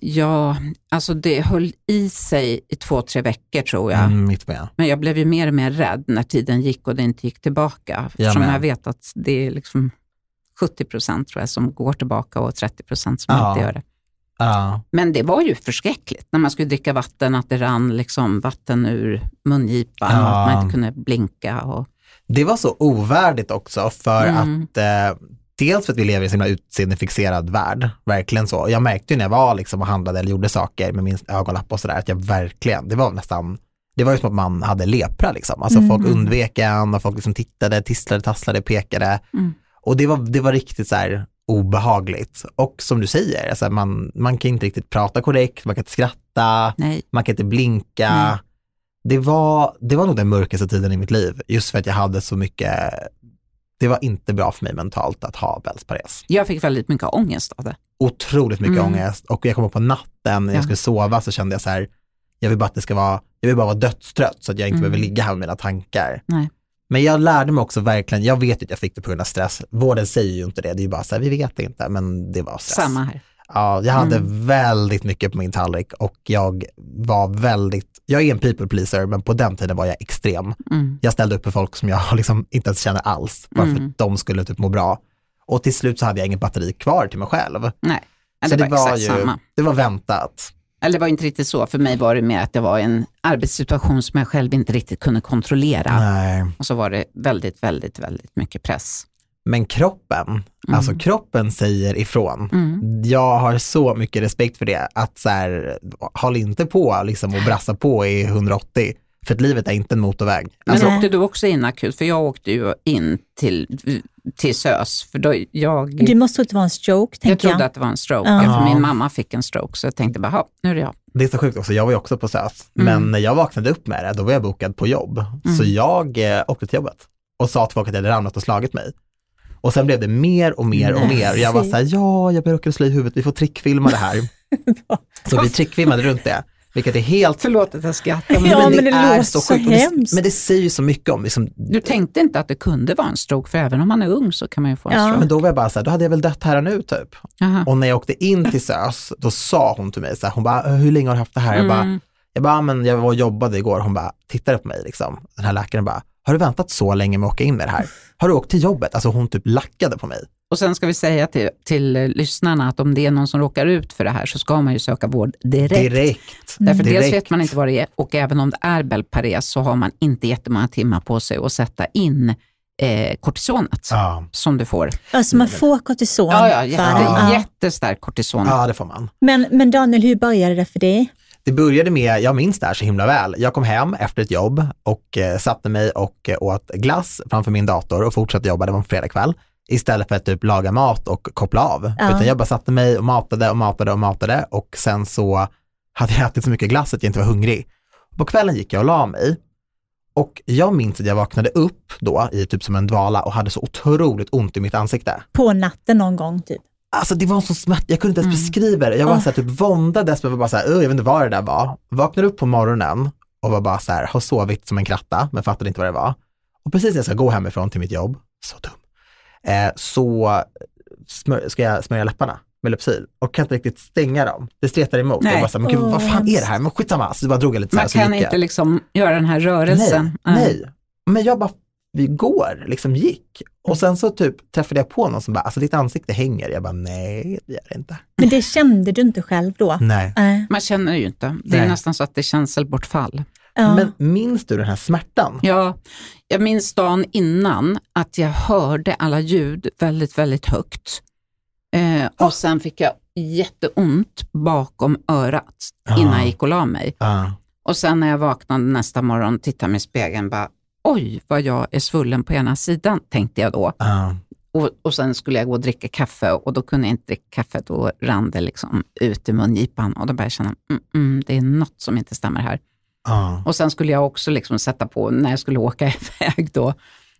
S1: Ja, alltså det höll i sig i två, tre veckor tror jag.
S3: Mm, mitt med.
S1: Men jag blev ju mer och mer rädd när tiden gick och det inte gick tillbaka. Eftersom
S3: men.
S1: jag vet att det är liksom 70 procent tror jag som går tillbaka och 30 procent som
S3: Ja.
S1: inte gör det.
S3: Ja.
S1: Men det var ju förskräckligt när man skulle dricka vatten, att det rann liksom vatten ur mungipan och att
S3: Ja.
S1: man inte kunde blinka. Och,
S3: Det var så ovärdigt också för
S1: Mm.
S3: att eh, dels för att vi lever i en så himla utseendefixerad värld, verkligen så. Jag märkte ju när jag var liksom och handlade eller gjorde saker med min ögonlapp och sådär att jag verkligen, det var nästan, det var ju som att man hade lepra liksom. Alltså
S2: Mm.
S3: folk undvek en och folk liksom tittade, tisslade, tasslade, pekade.
S1: Mm.
S3: Och det var, det var riktigt så här obehagligt. Och som du säger, alltså man, man kan inte riktigt prata korrekt, man kan inte skratta,
S1: nej.
S3: man kan inte blinka.
S1: Mm.
S3: Det, var, det var nog den mörkaste tiden i mitt liv, just för att jag hade så mycket, det var inte bra för mig mentalt att ha bälspares.
S1: Jag fick väldigt mycket ångest av det.
S3: Otroligt mycket
S1: Mm.
S3: ångest och jag kom upp på natten när jag
S1: Ja.
S3: skulle sova så kände jag så här, jag vill bara att det ska vara, jag vill bara vara dödstrött så att jag inte
S1: Mm.
S3: behöver ligga här med mina tankar.
S1: Nej.
S3: Men jag lärde mig också verkligen, jag vet ju att jag fick det på grund av stress. Vården säger ju inte det, det är ju bara så här, vi vet inte, men det var stress.
S1: Samma här.
S3: Ja, jag hade
S1: Mm.
S3: väldigt mycket på min tallrik och jag var väldigt, jag är en people pleaser men på den tiden var jag extrem.
S1: Mm.
S3: Jag ställde upp för folk som jag (laughs) liksom inte ens känner alls, bara för
S1: Mm.
S3: att de skulle typ må bra. Och till slut så hade jag inget batteri kvar till mig själv.
S1: Nej, Ja,
S3: så
S1: det, var exakt
S3: ju,
S1: samma.
S3: det var väntat.
S1: Eller det var inte riktigt så. För mig var det mer att det var en arbetssituation som jag själv inte riktigt kunde kontrollera.
S3: Nej.
S1: Och så var det väldigt, väldigt, väldigt mycket press.
S3: Men kroppen, alltså kroppen säger ifrån.
S1: Mm.
S3: Jag har så mycket respekt för det, att så här, håll inte på liksom och brassa på i 180, för att livet är inte en motorväg.
S1: Men
S3: Alltså,
S1: åkte du också in akut? För jag åkte ju in till, till SÖS, för då jag,
S2: Det måste inte vara en stroke,
S1: Mm. jag
S2: tänker jag.
S1: trodde att det var en stroke,
S2: Ja.
S1: för min mamma fick en stroke, så jag tänkte bara, "Ha, nu är det jag.
S3: Det är så sjukt också, jag var ju också på SÖS,
S1: Mm.
S3: men när jag vaknade upp med det, då var jag bokad på jobb.
S1: Mm.
S3: Så jag eh, åkte till jobbet och sa till folk att jag hade ramlat och slagit mig. Och sen blev det mer och mer och mer. Och jag var
S2: Nej.
S3: såhär, ja, jag råkade slå i huvudet, vi får trickfilma
S2: (laughs)
S3: det här. så vi trickfilmade runt det, vilket är helt...
S1: Förlåt att jag skrattar, men
S2: Ja,
S1: det-
S2: men det
S3: är
S2: låter så
S3: sjukt. Och det-
S2: hemskt.
S3: Men det säger ju så mycket om, liksom,
S1: du tänkte inte att det kunde vara en stroke, för även om man är ung så kan man ju få en
S2: Ja.
S1: stroke.
S3: men då var jag bara såhär, då hade jag väl dött här och nu typ.
S1: Jaha.
S3: Och när jag åkte in till SÖS, då sa hon till mig så här, hon bara, hur länge har du haft det här? Jag bara,
S1: Mm.
S3: jag bara, "Ah, men jag var och jobbade igår. Hon bara, tittade på mig liksom. Den här läkaren bara, har du väntat så länge med att åka in med det här? Har du åkt till jobbet? Alltså hon typ lackade på mig.
S1: Och sen ska vi säga till, till eh, lyssnarna att om det är någon som råkar ut för det här så ska man ju söka vård direkt.
S3: Direkt.
S1: Därför dels
S3: Direkt.
S1: vet man inte vad det är och även om det är Belpares så har man inte jättemånga timmar på sig att sätta in eh, kortisonet
S3: Ja.
S1: som du får.
S2: Alltså man får kortison.
S1: Mm. Ja, ja,
S2: för
S1: jätte,
S2: det.
S3: Ja.
S1: jättestark kortison.
S3: ja, det får man.
S2: Men, men Daniel, hur började det för dig?
S3: Det började med, jag minns det här så himla väl, jag kom hem efter ett jobb och eh, satte mig och eh, åt glass framför min dator och fortsatte jobba, det var en fredagkväll, istället för att typ laga mat och koppla av.
S2: Ja.
S3: Utan jag bara satte mig och matade och matade och matade och sen så hade jag ätit så mycket glass att jag inte var hungrig. På kvällen gick jag och la mig och jag minns att jag vaknade upp då i typ som en dvala och hade så otroligt ont i mitt ansikte.
S2: På natten någon gång typ?
S3: Alltså det var en sån smärta, jag kunde inte ens
S1: Mm.
S3: beskriva det. Jag var
S2: Ah.
S3: så här, typ våndades men var bara så här, "Ugh, jag vet inte vad det där var. Vaknade upp på morgonen och var bara så här, har sovit som en kratta men fattade inte vad det var. Och precis när jag ska gå hemifrån till mitt jobb, så dum, eh, så smör, ska jag smörja läpparna med Lypsyl och kan inte riktigt stänga dem. Det stretar emot.
S1: Nej.
S3: Jag bara så här, men gud
S2: Åh,
S3: vad fan är det här? Men skitsamma. Så bara drog jag lite så här
S1: Man
S3: så
S1: kan
S3: gick jag.
S1: inte liksom göra den här rörelsen.
S3: alltså Nej,
S1: Ja.
S3: nej. Men jag bara, vi går, liksom gick. Och sen så typ träffade jag på någon som bara, alltså ditt ansikte hänger. Jag bara, nej det gör det inte.
S2: Men det kände du inte själv då?
S3: Nej.
S2: Nej.
S1: Man känner ju inte. Det är
S3: Nej.
S1: nästan så att det är känselbortfall.
S2: ja.
S3: Men minns du den här smärtan?
S1: Ja, jag minns dagen innan att jag hörde alla ljud väldigt, väldigt högt. Eh, och sen fick jag jätteont bakom örat innan
S3: Ah.
S1: jag gick och la mig.
S3: Ja.
S1: Och sen när jag vaknade nästa morgon, tittade mig i spegeln, bara oj vad jag är svullen på ena sidan, tänkte jag då.
S3: ja.
S1: Och, och sen skulle jag gå och dricka kaffe och då kunde jag inte dricka kaffe, då rann det liksom ut i mungipan och då började jag känna, mm, mm, det är något som inte stämmer här.
S3: ja.
S1: Och sen skulle jag också liksom sätta på, när jag skulle åka (laughs) iväg då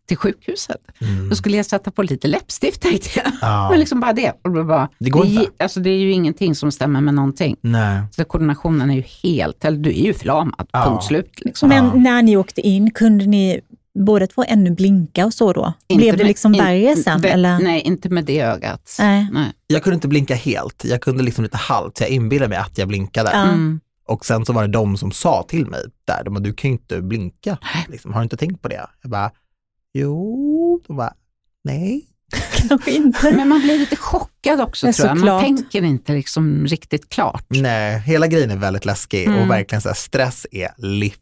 S1: till sjukhuset,
S3: Mm. ah.
S1: då skulle jag sätta på lite läppstift tänkte jag.
S3: Ja.
S1: Men liksom bara det. Och då bara,
S3: Det går
S1: är-
S3: inte.
S1: Alltså det är ju ingenting som stämmer med någonting.
S3: Nej.
S1: Så koordinationen är ju helt, eller du är ju förlamad,
S3: Ja.
S1: punkt slut. Liksom.
S2: Men
S3: Ja.
S2: när ni åkte in, kunde ni båda två ännu blinka och så då?
S1: Inte
S2: Blev det
S1: med-
S2: liksom
S1: in-
S2: värre sen?
S1: Ve-
S2: eller?
S1: Nej, inte med det ögat.
S2: Nej.
S1: Nej.
S3: Jag kunde inte blinka helt, jag kunde liksom lite halvt, så jag inbillade mig att jag blinkade.
S2: Ja.
S1: Mm.
S3: Och sen så var det de som sa till mig där, de bara, du kan ju inte blinka, liksom, har du inte tänkt på det? Jag bara, jo, de bara, nej,
S2: (laughs) Kanske inte.
S1: Men man blir lite chockad också
S2: Ja,
S1: tror jag. Man
S2: såklart.
S1: tänker inte liksom riktigt klart.
S3: Nej, hela grejen är väldigt läskig
S1: Mm.
S3: och verkligen så här, stress är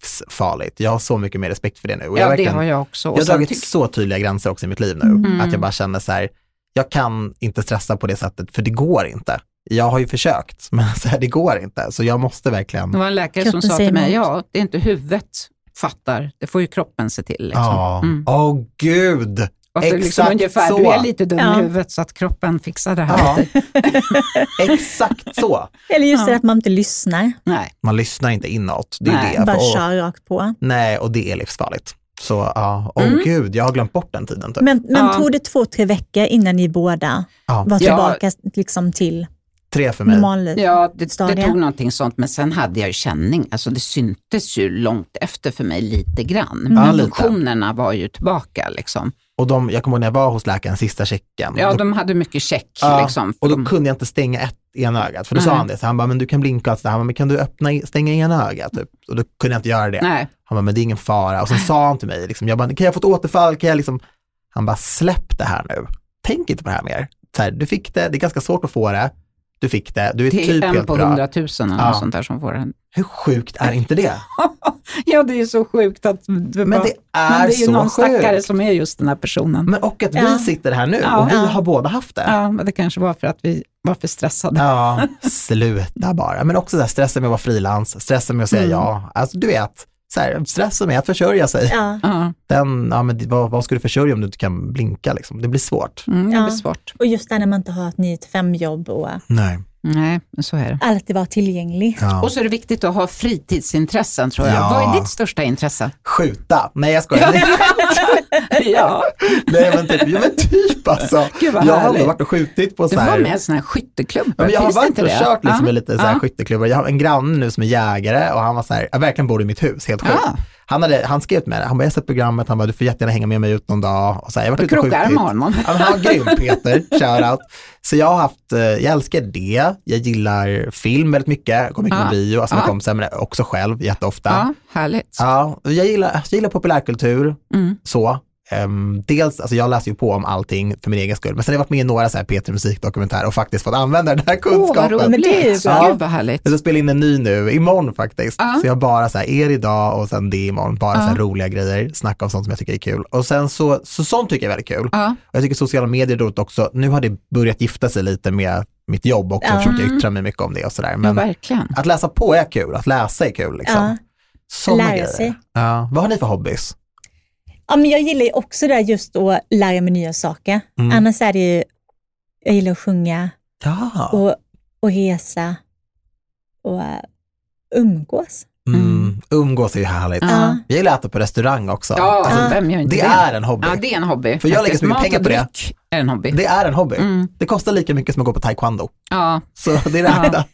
S3: livsfarligt. Jag har så mycket mer respekt för det nu. Och
S1: Ja,
S3: jag har
S1: det
S3: verkligen,
S1: har jag också. Och
S3: jag har
S1: sen
S3: dragit
S1: tyck-
S3: så tydliga gränser också i mitt liv nu,
S2: Mm.
S3: att jag bara känner så här, jag kan inte stressa på det sättet, för det går inte. Jag har ju försökt, (laughs) men så här, det går inte. Så jag måste
S1: det
S3: verkligen,
S1: var en läkare som
S2: Kroppen
S1: sa
S2: säger
S1: till mig,
S2: emot.
S1: ja, det är inte huvudet fattar, det får ju kroppen se till. Liksom.
S3: ja, åh
S1: Mm.
S3: gud.
S1: Och att det liksom
S3: exakt
S1: ungefär,
S3: så.
S1: du är lite dum
S2: Ja.
S1: i huvudet så att kroppen fixar det här.
S3: Ja, (laughs) exakt så.
S2: Eller just
S1: Ja.
S2: det att man inte lyssnar,
S1: (laughs) Nej,
S3: Man lyssnar inte inåt, det är
S1: Nej,
S3: det.
S2: bara
S3: Och-
S2: kör rakt på.
S3: Nej, och det är livsfarligt. Så ja, åh
S1: Mm.
S3: gud, jag har glömt bort den tiden. Typ.
S2: Men, men
S1: Ja.
S2: tog det två, tre veckor innan ni båda
S3: Ja,
S2: var
S1: Ja.
S2: tillbaka liksom till
S3: tre för mig.
S2: normallivet?
S1: ja, det, det
S2: Stadiga.
S1: tog någonting sånt, men sen hade jag ju känning, alltså det syntes ju långt efter för mig lite grann.
S2: Mm.
S1: Men
S3: Ja, lite.
S1: funktionerna var ju tillbaka liksom.
S3: Och de, jag kommer ihåg när jag var hos läkaren sista checken.
S1: Ja,
S3: då,
S1: de hade mycket check
S3: Ja,
S1: liksom.
S3: och då
S1: De-
S3: kunde jag inte stänga ett ena ögat, för då sa
S1: Nej.
S3: han det. Så han bara, men du kan blinka och sådär. Han bara, men kan du öppna, i- stänga ena ögat? Typ. Och då kunde jag inte göra det.
S1: Nej,
S3: Han bara, men det är ingen fara. Och sen sa han till mig, liksom, jag bara, kan jag få ett återfall? Kan jag liksom... Han bara, släpp det här nu. Tänk inte på det här mer. Så här, du fick det, det är ganska svårt att få det. Du fick det, du är
S1: det är
S3: typ
S1: en
S3: helt
S1: på
S3: bra.
S1: hundratusen eller
S3: Ja.
S1: något sånt där som får en. (laughs)
S3: Hur sjukt är inte det?
S1: Ja, det är så sjukt att... Men
S3: Men det är,
S1: Men det är ju
S3: så
S1: någon stackare
S3: sjukt.
S1: som är just den här personen.
S3: Men, och att
S2: Ja.
S3: vi sitter här nu
S1: Ja.
S3: och vi
S2: Ja.
S3: har båda haft det.
S1: Ja, men det kanske var för att vi var för stressade.
S3: (laughs) Ja, sluta bara. Men också så här, stressen med att vara frilans, stressen med att säga
S2: Mm.
S3: ja. Alltså du vet, så här, stressen med att försörja sig.
S2: Ja.
S1: Ja,
S3: Den, ja, men, det- vad, vad ska du försörja om du inte kan blinka? Liksom? Det blir svårt.
S1: mm, det
S2: Ja.
S1: blir svårt.
S2: Och just det här när man inte har ett 9 till 5 jobb och
S3: Nej.
S1: Nej, men så är det.
S2: alltid vara tillgänglig.
S3: Ja.
S1: Och så är det viktigt att ha fritidsintressen tror jag.
S3: Ja.
S1: Vad är ditt största intresse?
S3: Skjuta. Nej, jag skojar. Nej,
S1: (laughs) ja,
S3: Nej, men typ, ja, men typ alltså.
S1: gud vad
S3: Jag har aldrig
S1: härligt.
S3: varit och skjutit på
S1: Du
S3: så här.
S1: var med i en sån här skytteklubb,
S3: Ja, men jag har
S1: finns det
S3: varit
S1: inte
S3: och
S1: det?
S3: kört liksom
S1: ja.
S3: i lite så här
S1: Ja.
S3: skytteklubbar. Jag har en granne nu som är jägare och han var så här, jag verkligen bor i mitt hus, helt sjukt.
S1: Ja.
S3: Han, hade, han skrev till mig, han bara, jag har sett programmet, han bara, du får jättegärna hänga med mig ut någon dag. Och så här, jag har varit
S1: Du
S3: ute och
S1: krokar
S3: skjutit.
S1: med honom.
S3: Ja, men han var grym
S1: (laughs)
S3: Peter, shoutout. Så jag har haft, eh, jag älskar det, jag gillar film väldigt mycket, jag går mycket på
S1: Ja.
S3: bio, alltså med
S1: Ja.
S3: kompisar, men också själv jätteofta. Ja.
S1: Ja, härligt.
S3: och jag, gillar, jag gillar populärkultur,
S1: Mm.
S3: så. Ehm, dels, alltså jag läser ju på om allting för min egen skull, men sen har jag varit med i några så här Peter Musik-dokumentärer och faktiskt fått använda den här
S1: Åh, vad
S3: kunskapen.
S2: Men det är ju
S1: roligt.
S2: bra.
S1: Gud vad härligt.
S3: jag ska spela in en ny nu, imorgon faktiskt.
S1: Ja.
S3: Så jag bara så här, er idag och sen det imorgon, bara så här
S1: Ja.
S3: roliga grejer, snacka om sånt som jag tycker är kul. Och sen så, så sånt tycker jag är väldigt kul.
S1: Ja.
S3: Och Jag tycker sociala medier är roligt också. Nu har det börjat gifta sig lite med mitt jobb också,
S2: Ja.
S3: och försöker yttra mig mycket om det och sådär. Men
S1: ja, verkligen.
S3: att läsa på är kul, att läsa är kul. Liksom.
S2: Ja.
S3: Såna
S2: Lära
S3: grejer.
S2: sig.
S3: Ja. Vad har ni för hobbys?
S2: Ja, men jag gillar ju också det här just att lära mig nya saker.
S3: Mm.
S2: Annars är det ju, jag gillar att sjunga
S3: Ja.
S2: och, och resa och eh, umgås.
S3: Mm. Umgås är ju härligt.
S1: Ja.
S2: Ja.
S3: Jag gillar att äta på restaurang också.
S1: Ja,
S3: Alltså,
S2: Ja.
S1: vem gör inte
S3: Det
S1: det?
S3: är en hobby.
S1: Ja, det är en hobby.
S3: För jag lägger så mycket pengar på det.
S1: Mat och dryck är en hobby.
S3: Det är en hobby.
S1: Mm.
S3: Det kostar lika mycket som att gå på taekwondo.
S1: Ja.
S3: Så det är det
S1: Ja.
S3: enda.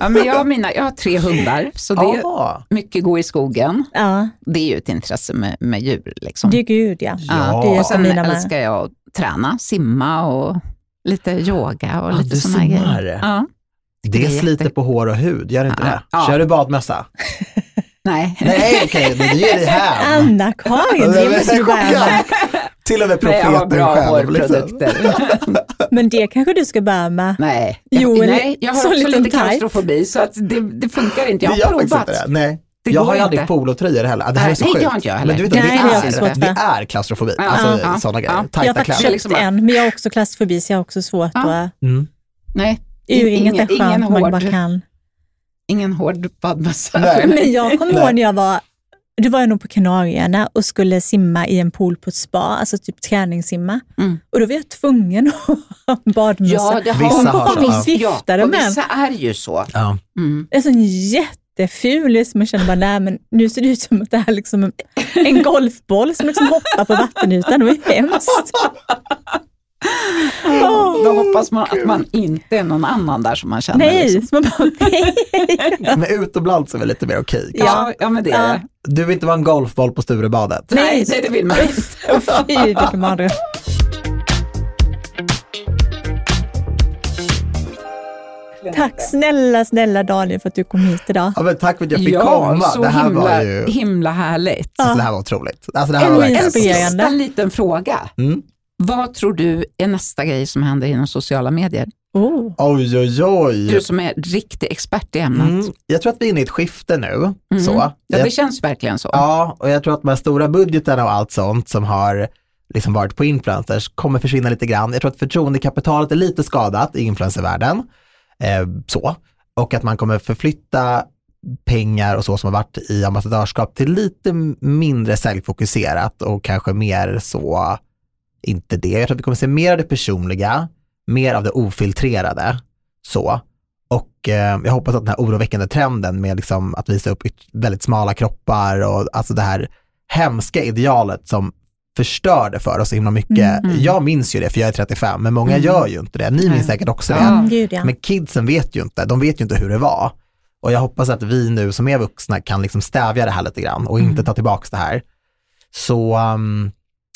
S1: Ja, men jag, har mina, jag har tre hundar, så det är
S3: Ja.
S1: mycket gå i skogen.
S2: Ja,
S1: Det är ju ett intresse med, med djur. Liksom.
S2: det är gud ja.
S3: Ja.
S2: Det är
S1: Och sen
S2: mina med.
S1: älskar jag att träna, simma och lite yoga och
S3: Ja,
S1: lite
S3: du
S1: sådana
S3: simmar.
S1: grejer. Ja.
S3: Det
S1: är
S3: sliter
S1: jätte-
S3: på hår och hud, gör det inte
S1: Ja.
S3: det?
S1: Ja.
S3: Kör du badmössa?
S1: Nej.
S3: Nej, okej, men det ger dig hem.
S2: Anna-Karin,
S3: Nej, (laughs)
S2: det
S3: men
S2: måste
S3: jag
S2: du
S3: är
S2: börja med.
S3: chockad. Till och med
S1: (laughs) Nej, jag
S3: profeten
S1: har bra
S3: själv. Liksom.
S1: hårprodukter.
S3: (laughs)
S2: Men det kanske du ska börja med.
S1: Nej.
S2: Jo, eller
S1: Nej, jag har
S2: så
S1: också
S2: liten
S1: lite
S2: tight.
S1: klaustrofobi, så att det, det funkar inte.
S3: Det
S1: Jag
S3: gör
S1: har
S3: faktiskt
S1: provat.
S3: inte det. Nej.
S1: Det
S3: jag
S1: går
S3: har ju aldrig
S1: inte.
S3: polotröjor heller. Det här är
S1: Nej,
S3: så
S1: det
S3: sjukt.
S1: gör inte jag heller.
S3: Men du vet att
S2: Nej,
S3: det,
S2: det har jag
S3: är,
S2: svårt
S3: det
S2: för.
S3: är klaustrofobi.
S1: Ja,
S3: alltså
S1: ja,
S3: sådana grejer.
S1: ja.
S2: Jag
S3: Tajta
S2: har
S3: kläder.
S1: försökt.
S2: faktiskt
S1: liksom
S2: köpt
S1: bara-
S2: en, men jag har också klaustrofobi så jag har också svårt
S1: Ja.
S2: att...
S3: Mm.
S1: Nej,
S2: Urringet
S1: Ingen-
S2: är
S1: ingen
S2: skönt, man
S1: hård.
S2: bara kan.
S1: ingen hård badmössa.
S3: Nej.
S2: Men jag kommer
S3: Nej.
S2: ihåg när jag var, det var jag nog på Kanarieöarna och skulle simma i en pool på ett spa, alltså typ träningssimma.
S1: Mm.
S2: Och då var jag tvungen att ha badmössa.
S1: Ja, det har
S3: Vissa har
S1: och
S3: så,
S1: vissa-
S3: ja.
S2: Viftar de
S1: och
S2: än?
S1: vissa är ju så.
S3: Ja.
S1: Mm.
S2: Det är sån jätteful, liksom. man känner bara, nej men nu ser det ut som att det här är liksom en- en golfboll som liksom hoppar på vattenytan. Det var ju hemskt. Åh.
S3: Mm.
S1: Då hoppas man att man inte är någon annan där som man känner.
S2: Nej,
S1: liksom.
S2: så man bara, nej.
S3: Men utomlands är väl lite mer okej. kanske.
S1: Ja, ja, men det är det.
S3: Du vill inte vara en golfboll på Sturebadet.
S1: Nej, nej, det vill man inte.
S2: Fy, vilken mardröm. Tack snälla, snälla Daniel för att du kom hit idag.
S3: Ja, men tack för att jag fick
S1: ja,
S3: komma.
S1: så
S3: Det här
S1: himla,
S3: var ju
S1: himla härligt.
S2: Ah.
S3: alltså, det här var otroligt. Alltså, det här
S2: En
S3: var
S2: liten
S3: verkligen...
S2: spegel.
S1: Sista liten fråga.
S3: Mm.
S1: Vad tror du är nästa grej som händer inom sociala medier?
S2: Oh.
S3: Oj, oj,
S1: Du
S3: oj.
S1: som är riktig expert i ämnet.
S3: Typ- Mm. Jag tror att vi är inne i ett skifte nu.
S1: Mhm.
S3: Så.
S1: Ja,
S3: Jag,
S1: det känns verkligen så.
S3: ja, och jag tror att de här stora budgeterna och allt sånt som har liksom varit på influencers kommer försvinna lite grann. Jag tror att förtroendekapitalet är lite skadat i influencervärlden. Eh, så. Och att man kommer förflytta pengar och så som har varit i ambassadörskap till lite mindre säljfokuserat och kanske mer så, inte det. Jag tror att vi kommer se mer av det personliga, mer av det ofiltrerade. Så. Och eh, jag hoppas att den här oroväckande trenden med liksom att visa upp yt- väldigt smala kroppar och alltså det här hemska idealet som förstörde för oss så himla mycket.
S1: Mm.
S3: Jag minns ju det för jag är 35, men många
S1: Mm.
S3: gör ju inte det. Ni
S1: Nej.
S3: minns säkert också det.
S1: Ja.
S2: Mm, gud ja.
S3: Men kidsen vet ju inte, de vet ju inte hur det var. Och jag hoppas att vi nu som är vuxna kan liksom stävja det här lite grann och inte
S1: Mm.
S3: ta tillbaka det här. Så, um,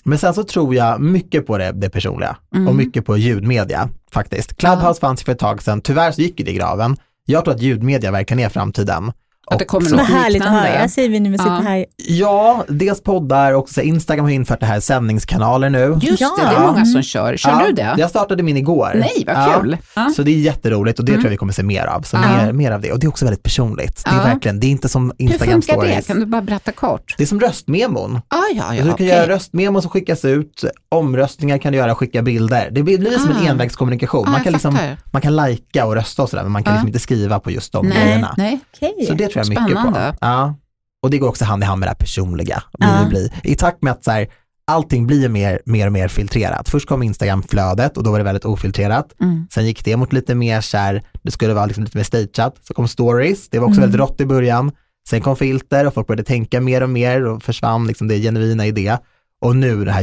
S3: men sen så tror jag mycket på det, det personliga
S1: Mm.
S3: och mycket på ljudmedia faktiskt. Clubhouse fanns ju för ett tag sedan, tyvärr så gick ju det i graven. Jag tror att ljudmedia verkligen är framtiden.
S1: Att det
S3: Och
S1: kommer
S3: så-
S1: något
S2: Vad härligt att
S1: liknande.
S2: höra, Jag säger vi när vi sitter
S1: Ja.
S2: här.
S3: Ja, dels poddar och så Instagram har infört det här sändningskanaler nu.
S1: Just
S2: Ja.
S1: det, det är många
S2: Mm.
S1: som kör. Kör
S3: ja,
S1: du det?
S3: Jag startade min igår.
S1: Nej, vad
S3: Ja.
S1: kul. Ja.
S3: Så det är jätteroligt och det
S1: Mm.
S3: tror jag vi kommer se mer av. Så
S1: Ja.
S3: mer, mer av det. Och det är också väldigt personligt. Det
S1: Ja.
S3: är verkligen, det är inte som
S1: Hur
S3: Instagram
S1: funkar det?
S3: stories.
S1: Kan du bara berätta kort?
S3: Det är som röstmemon.
S1: Ah, ja,
S3: så
S1: ja,
S3: Alltså, du
S1: okej.
S3: kan göra röstmemon som skickas ut, omröstningar kan du göra, skicka bilder. Det blir, blir som en
S1: Ah.
S3: envägskommunikation.
S1: Ah,
S3: man,
S1: jag
S3: kan liksom,
S1: fattar.
S3: man kan lajka och rösta och sådär, men man kan
S1: Ja.
S3: liksom inte skriva på just de
S1: Nej,
S3: grejerna.
S1: Nej.
S2: Okej.
S3: Så det tror jag mycket
S1: Spännande. Ah.
S3: på. Ja. Och det går också hand i hand med det här personliga.
S2: Ja.
S3: Blir, blir. I takt med att så här, allting blir mer, mer och mer filtrerat. Först kom Instagram-flödet och då var det väldigt ofiltrerat.
S1: Mm.
S3: Sen gick det mot lite mer så här, det skulle vara liksom lite mer stageat. Så kom stories, det var också
S2: Mm.
S3: väldigt rått i början. Sen kom filter och folk började tänka mer och mer och försvann liksom det genuina i det. Och nu det här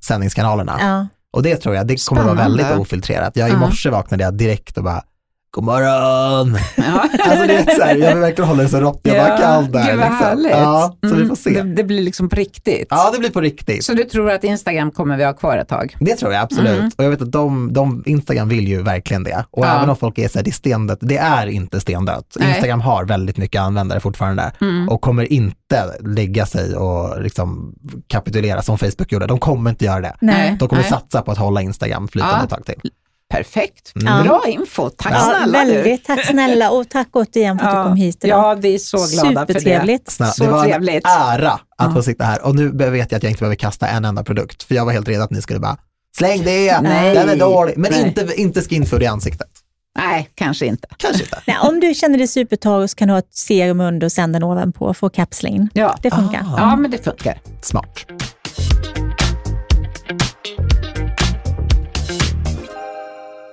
S3: ljudsändningskanalerna.
S2: Ja.
S3: Och det tror jag, det kommer att vara
S1: Spännande.
S3: väldigt ofiltrerat. Jag i
S1: Ja.
S3: morse vaknade jag direkt och bara,
S1: (laughs)
S3: god morgon!
S1: Ja.
S3: (laughs) Alltså det
S1: (laughs)
S3: är så här, jag vill verkligen hålla det så rått jag bara kan där. liksom."
S1: Gud vad härligt.
S3: Ja, så vi får se.
S1: Mm, det, det blir liksom på riktigt.
S3: Ja, det blir på riktigt.
S1: Så du tror att Instagram kommer vi ha kvar ett tag?
S3: Det tror jag absolut.
S1: Mm.
S3: Och jag vet att de, de, Instagram vill ju verkligen det. Och
S1: Ja.
S3: även om folk är så här, det är stendött, det är inte stendött.
S1: Nej.
S3: Instagram har väldigt mycket användare fortfarande
S1: Mm.
S3: och kommer inte lägga sig och liksom kapitulera som Facebook gjorde. De kommer inte göra det.
S2: Nej.
S3: De kommer
S1: Nej.
S3: satsa på att hålla Instagram flytande
S1: Ja.
S3: ett tag till.
S1: Perfekt.
S2: Ja.
S1: Bra info. Tack
S3: Mm. Ja,
S1: snälla du.
S2: Väldigt, tack snälla och tack återigen för att du kom hit idag.
S1: Ja, vi är så glada för det.
S2: Supertrevligt.
S3: Snälla,
S1: Så
S3: det var
S1: trevligt.
S3: en ära att
S1: Ja.
S3: få sitta här och nu vet jag att jag inte behöver kasta en enda produkt för jag var helt redo att ni skulle bara släng det,
S1: Nej.
S3: den är dålig, men
S1: Nej.
S3: inte, inte skinfood i ansiktet.
S1: Nej, kanske inte.
S3: Kanske inte.
S2: Nej, om du känner dig supertorr så kan du ha ett serum under och sen den ovanpå för att kapsla in.
S1: Ja,
S2: Det funkar.
S3: Ah.
S1: ja men det funkar.
S3: Smart.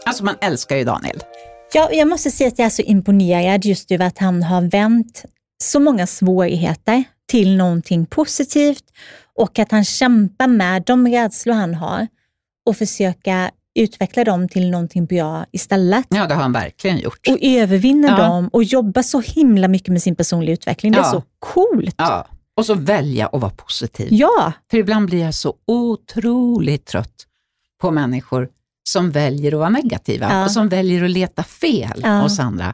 S1: Alltså man älskar ju Daniel.
S2: Ja, jag måste säga att jag är så imponerad just över att han har vänt så många svårigheter till någonting positivt och att han kämpar med de rädslor han har och försöka utveckla dem till någonting bra istället.
S1: Ja, det har han verkligen gjort.
S2: Och övervinna
S1: Ja.
S2: dem och jobba så himla mycket med sin personliga utveckling. Det är
S1: Ja.
S2: så coolt.
S1: Ja. Och så välja att vara positiv.
S2: Ja,
S1: För ibland blir jag så otroligt trött på människor som väljer att vara negativa
S2: Ja.
S1: och som väljer att leta fel
S2: Ja.
S1: hos andra.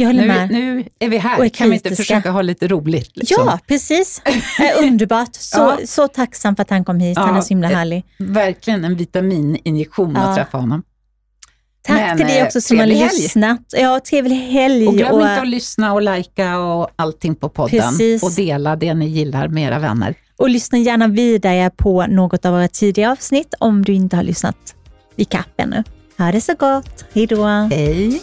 S2: jag håller
S1: Nu,
S2: med.
S1: nu är vi här,
S2: Och är
S1: kan vi inte
S2: kritiska.
S1: försöka ha lite roligt? liksom?
S2: Ja, precis. Eh, Underbart. Så,
S1: Ja.
S2: så tacksam för att han kom hit.
S1: Ja.
S2: Han är så himla härlig.
S1: Verkligen en vitamininjektion
S2: Ja.
S1: att träffa honom.
S2: Tack
S1: Men,
S2: till dig
S1: eh,
S2: också som har
S1: trevlig helg.
S2: lyssnat. Ja, trevlig helg.
S1: Och glöm
S2: och-
S1: inte att lyssna och lajka och allting på podden.
S2: Precis.
S1: Och dela det ni gillar med era vänner.
S2: Och lyssna gärna vidare på något av våra tidigare avsnitt om du inte har lyssnat i kapp ännu. Ha det så gott. Hej då.
S1: Hej!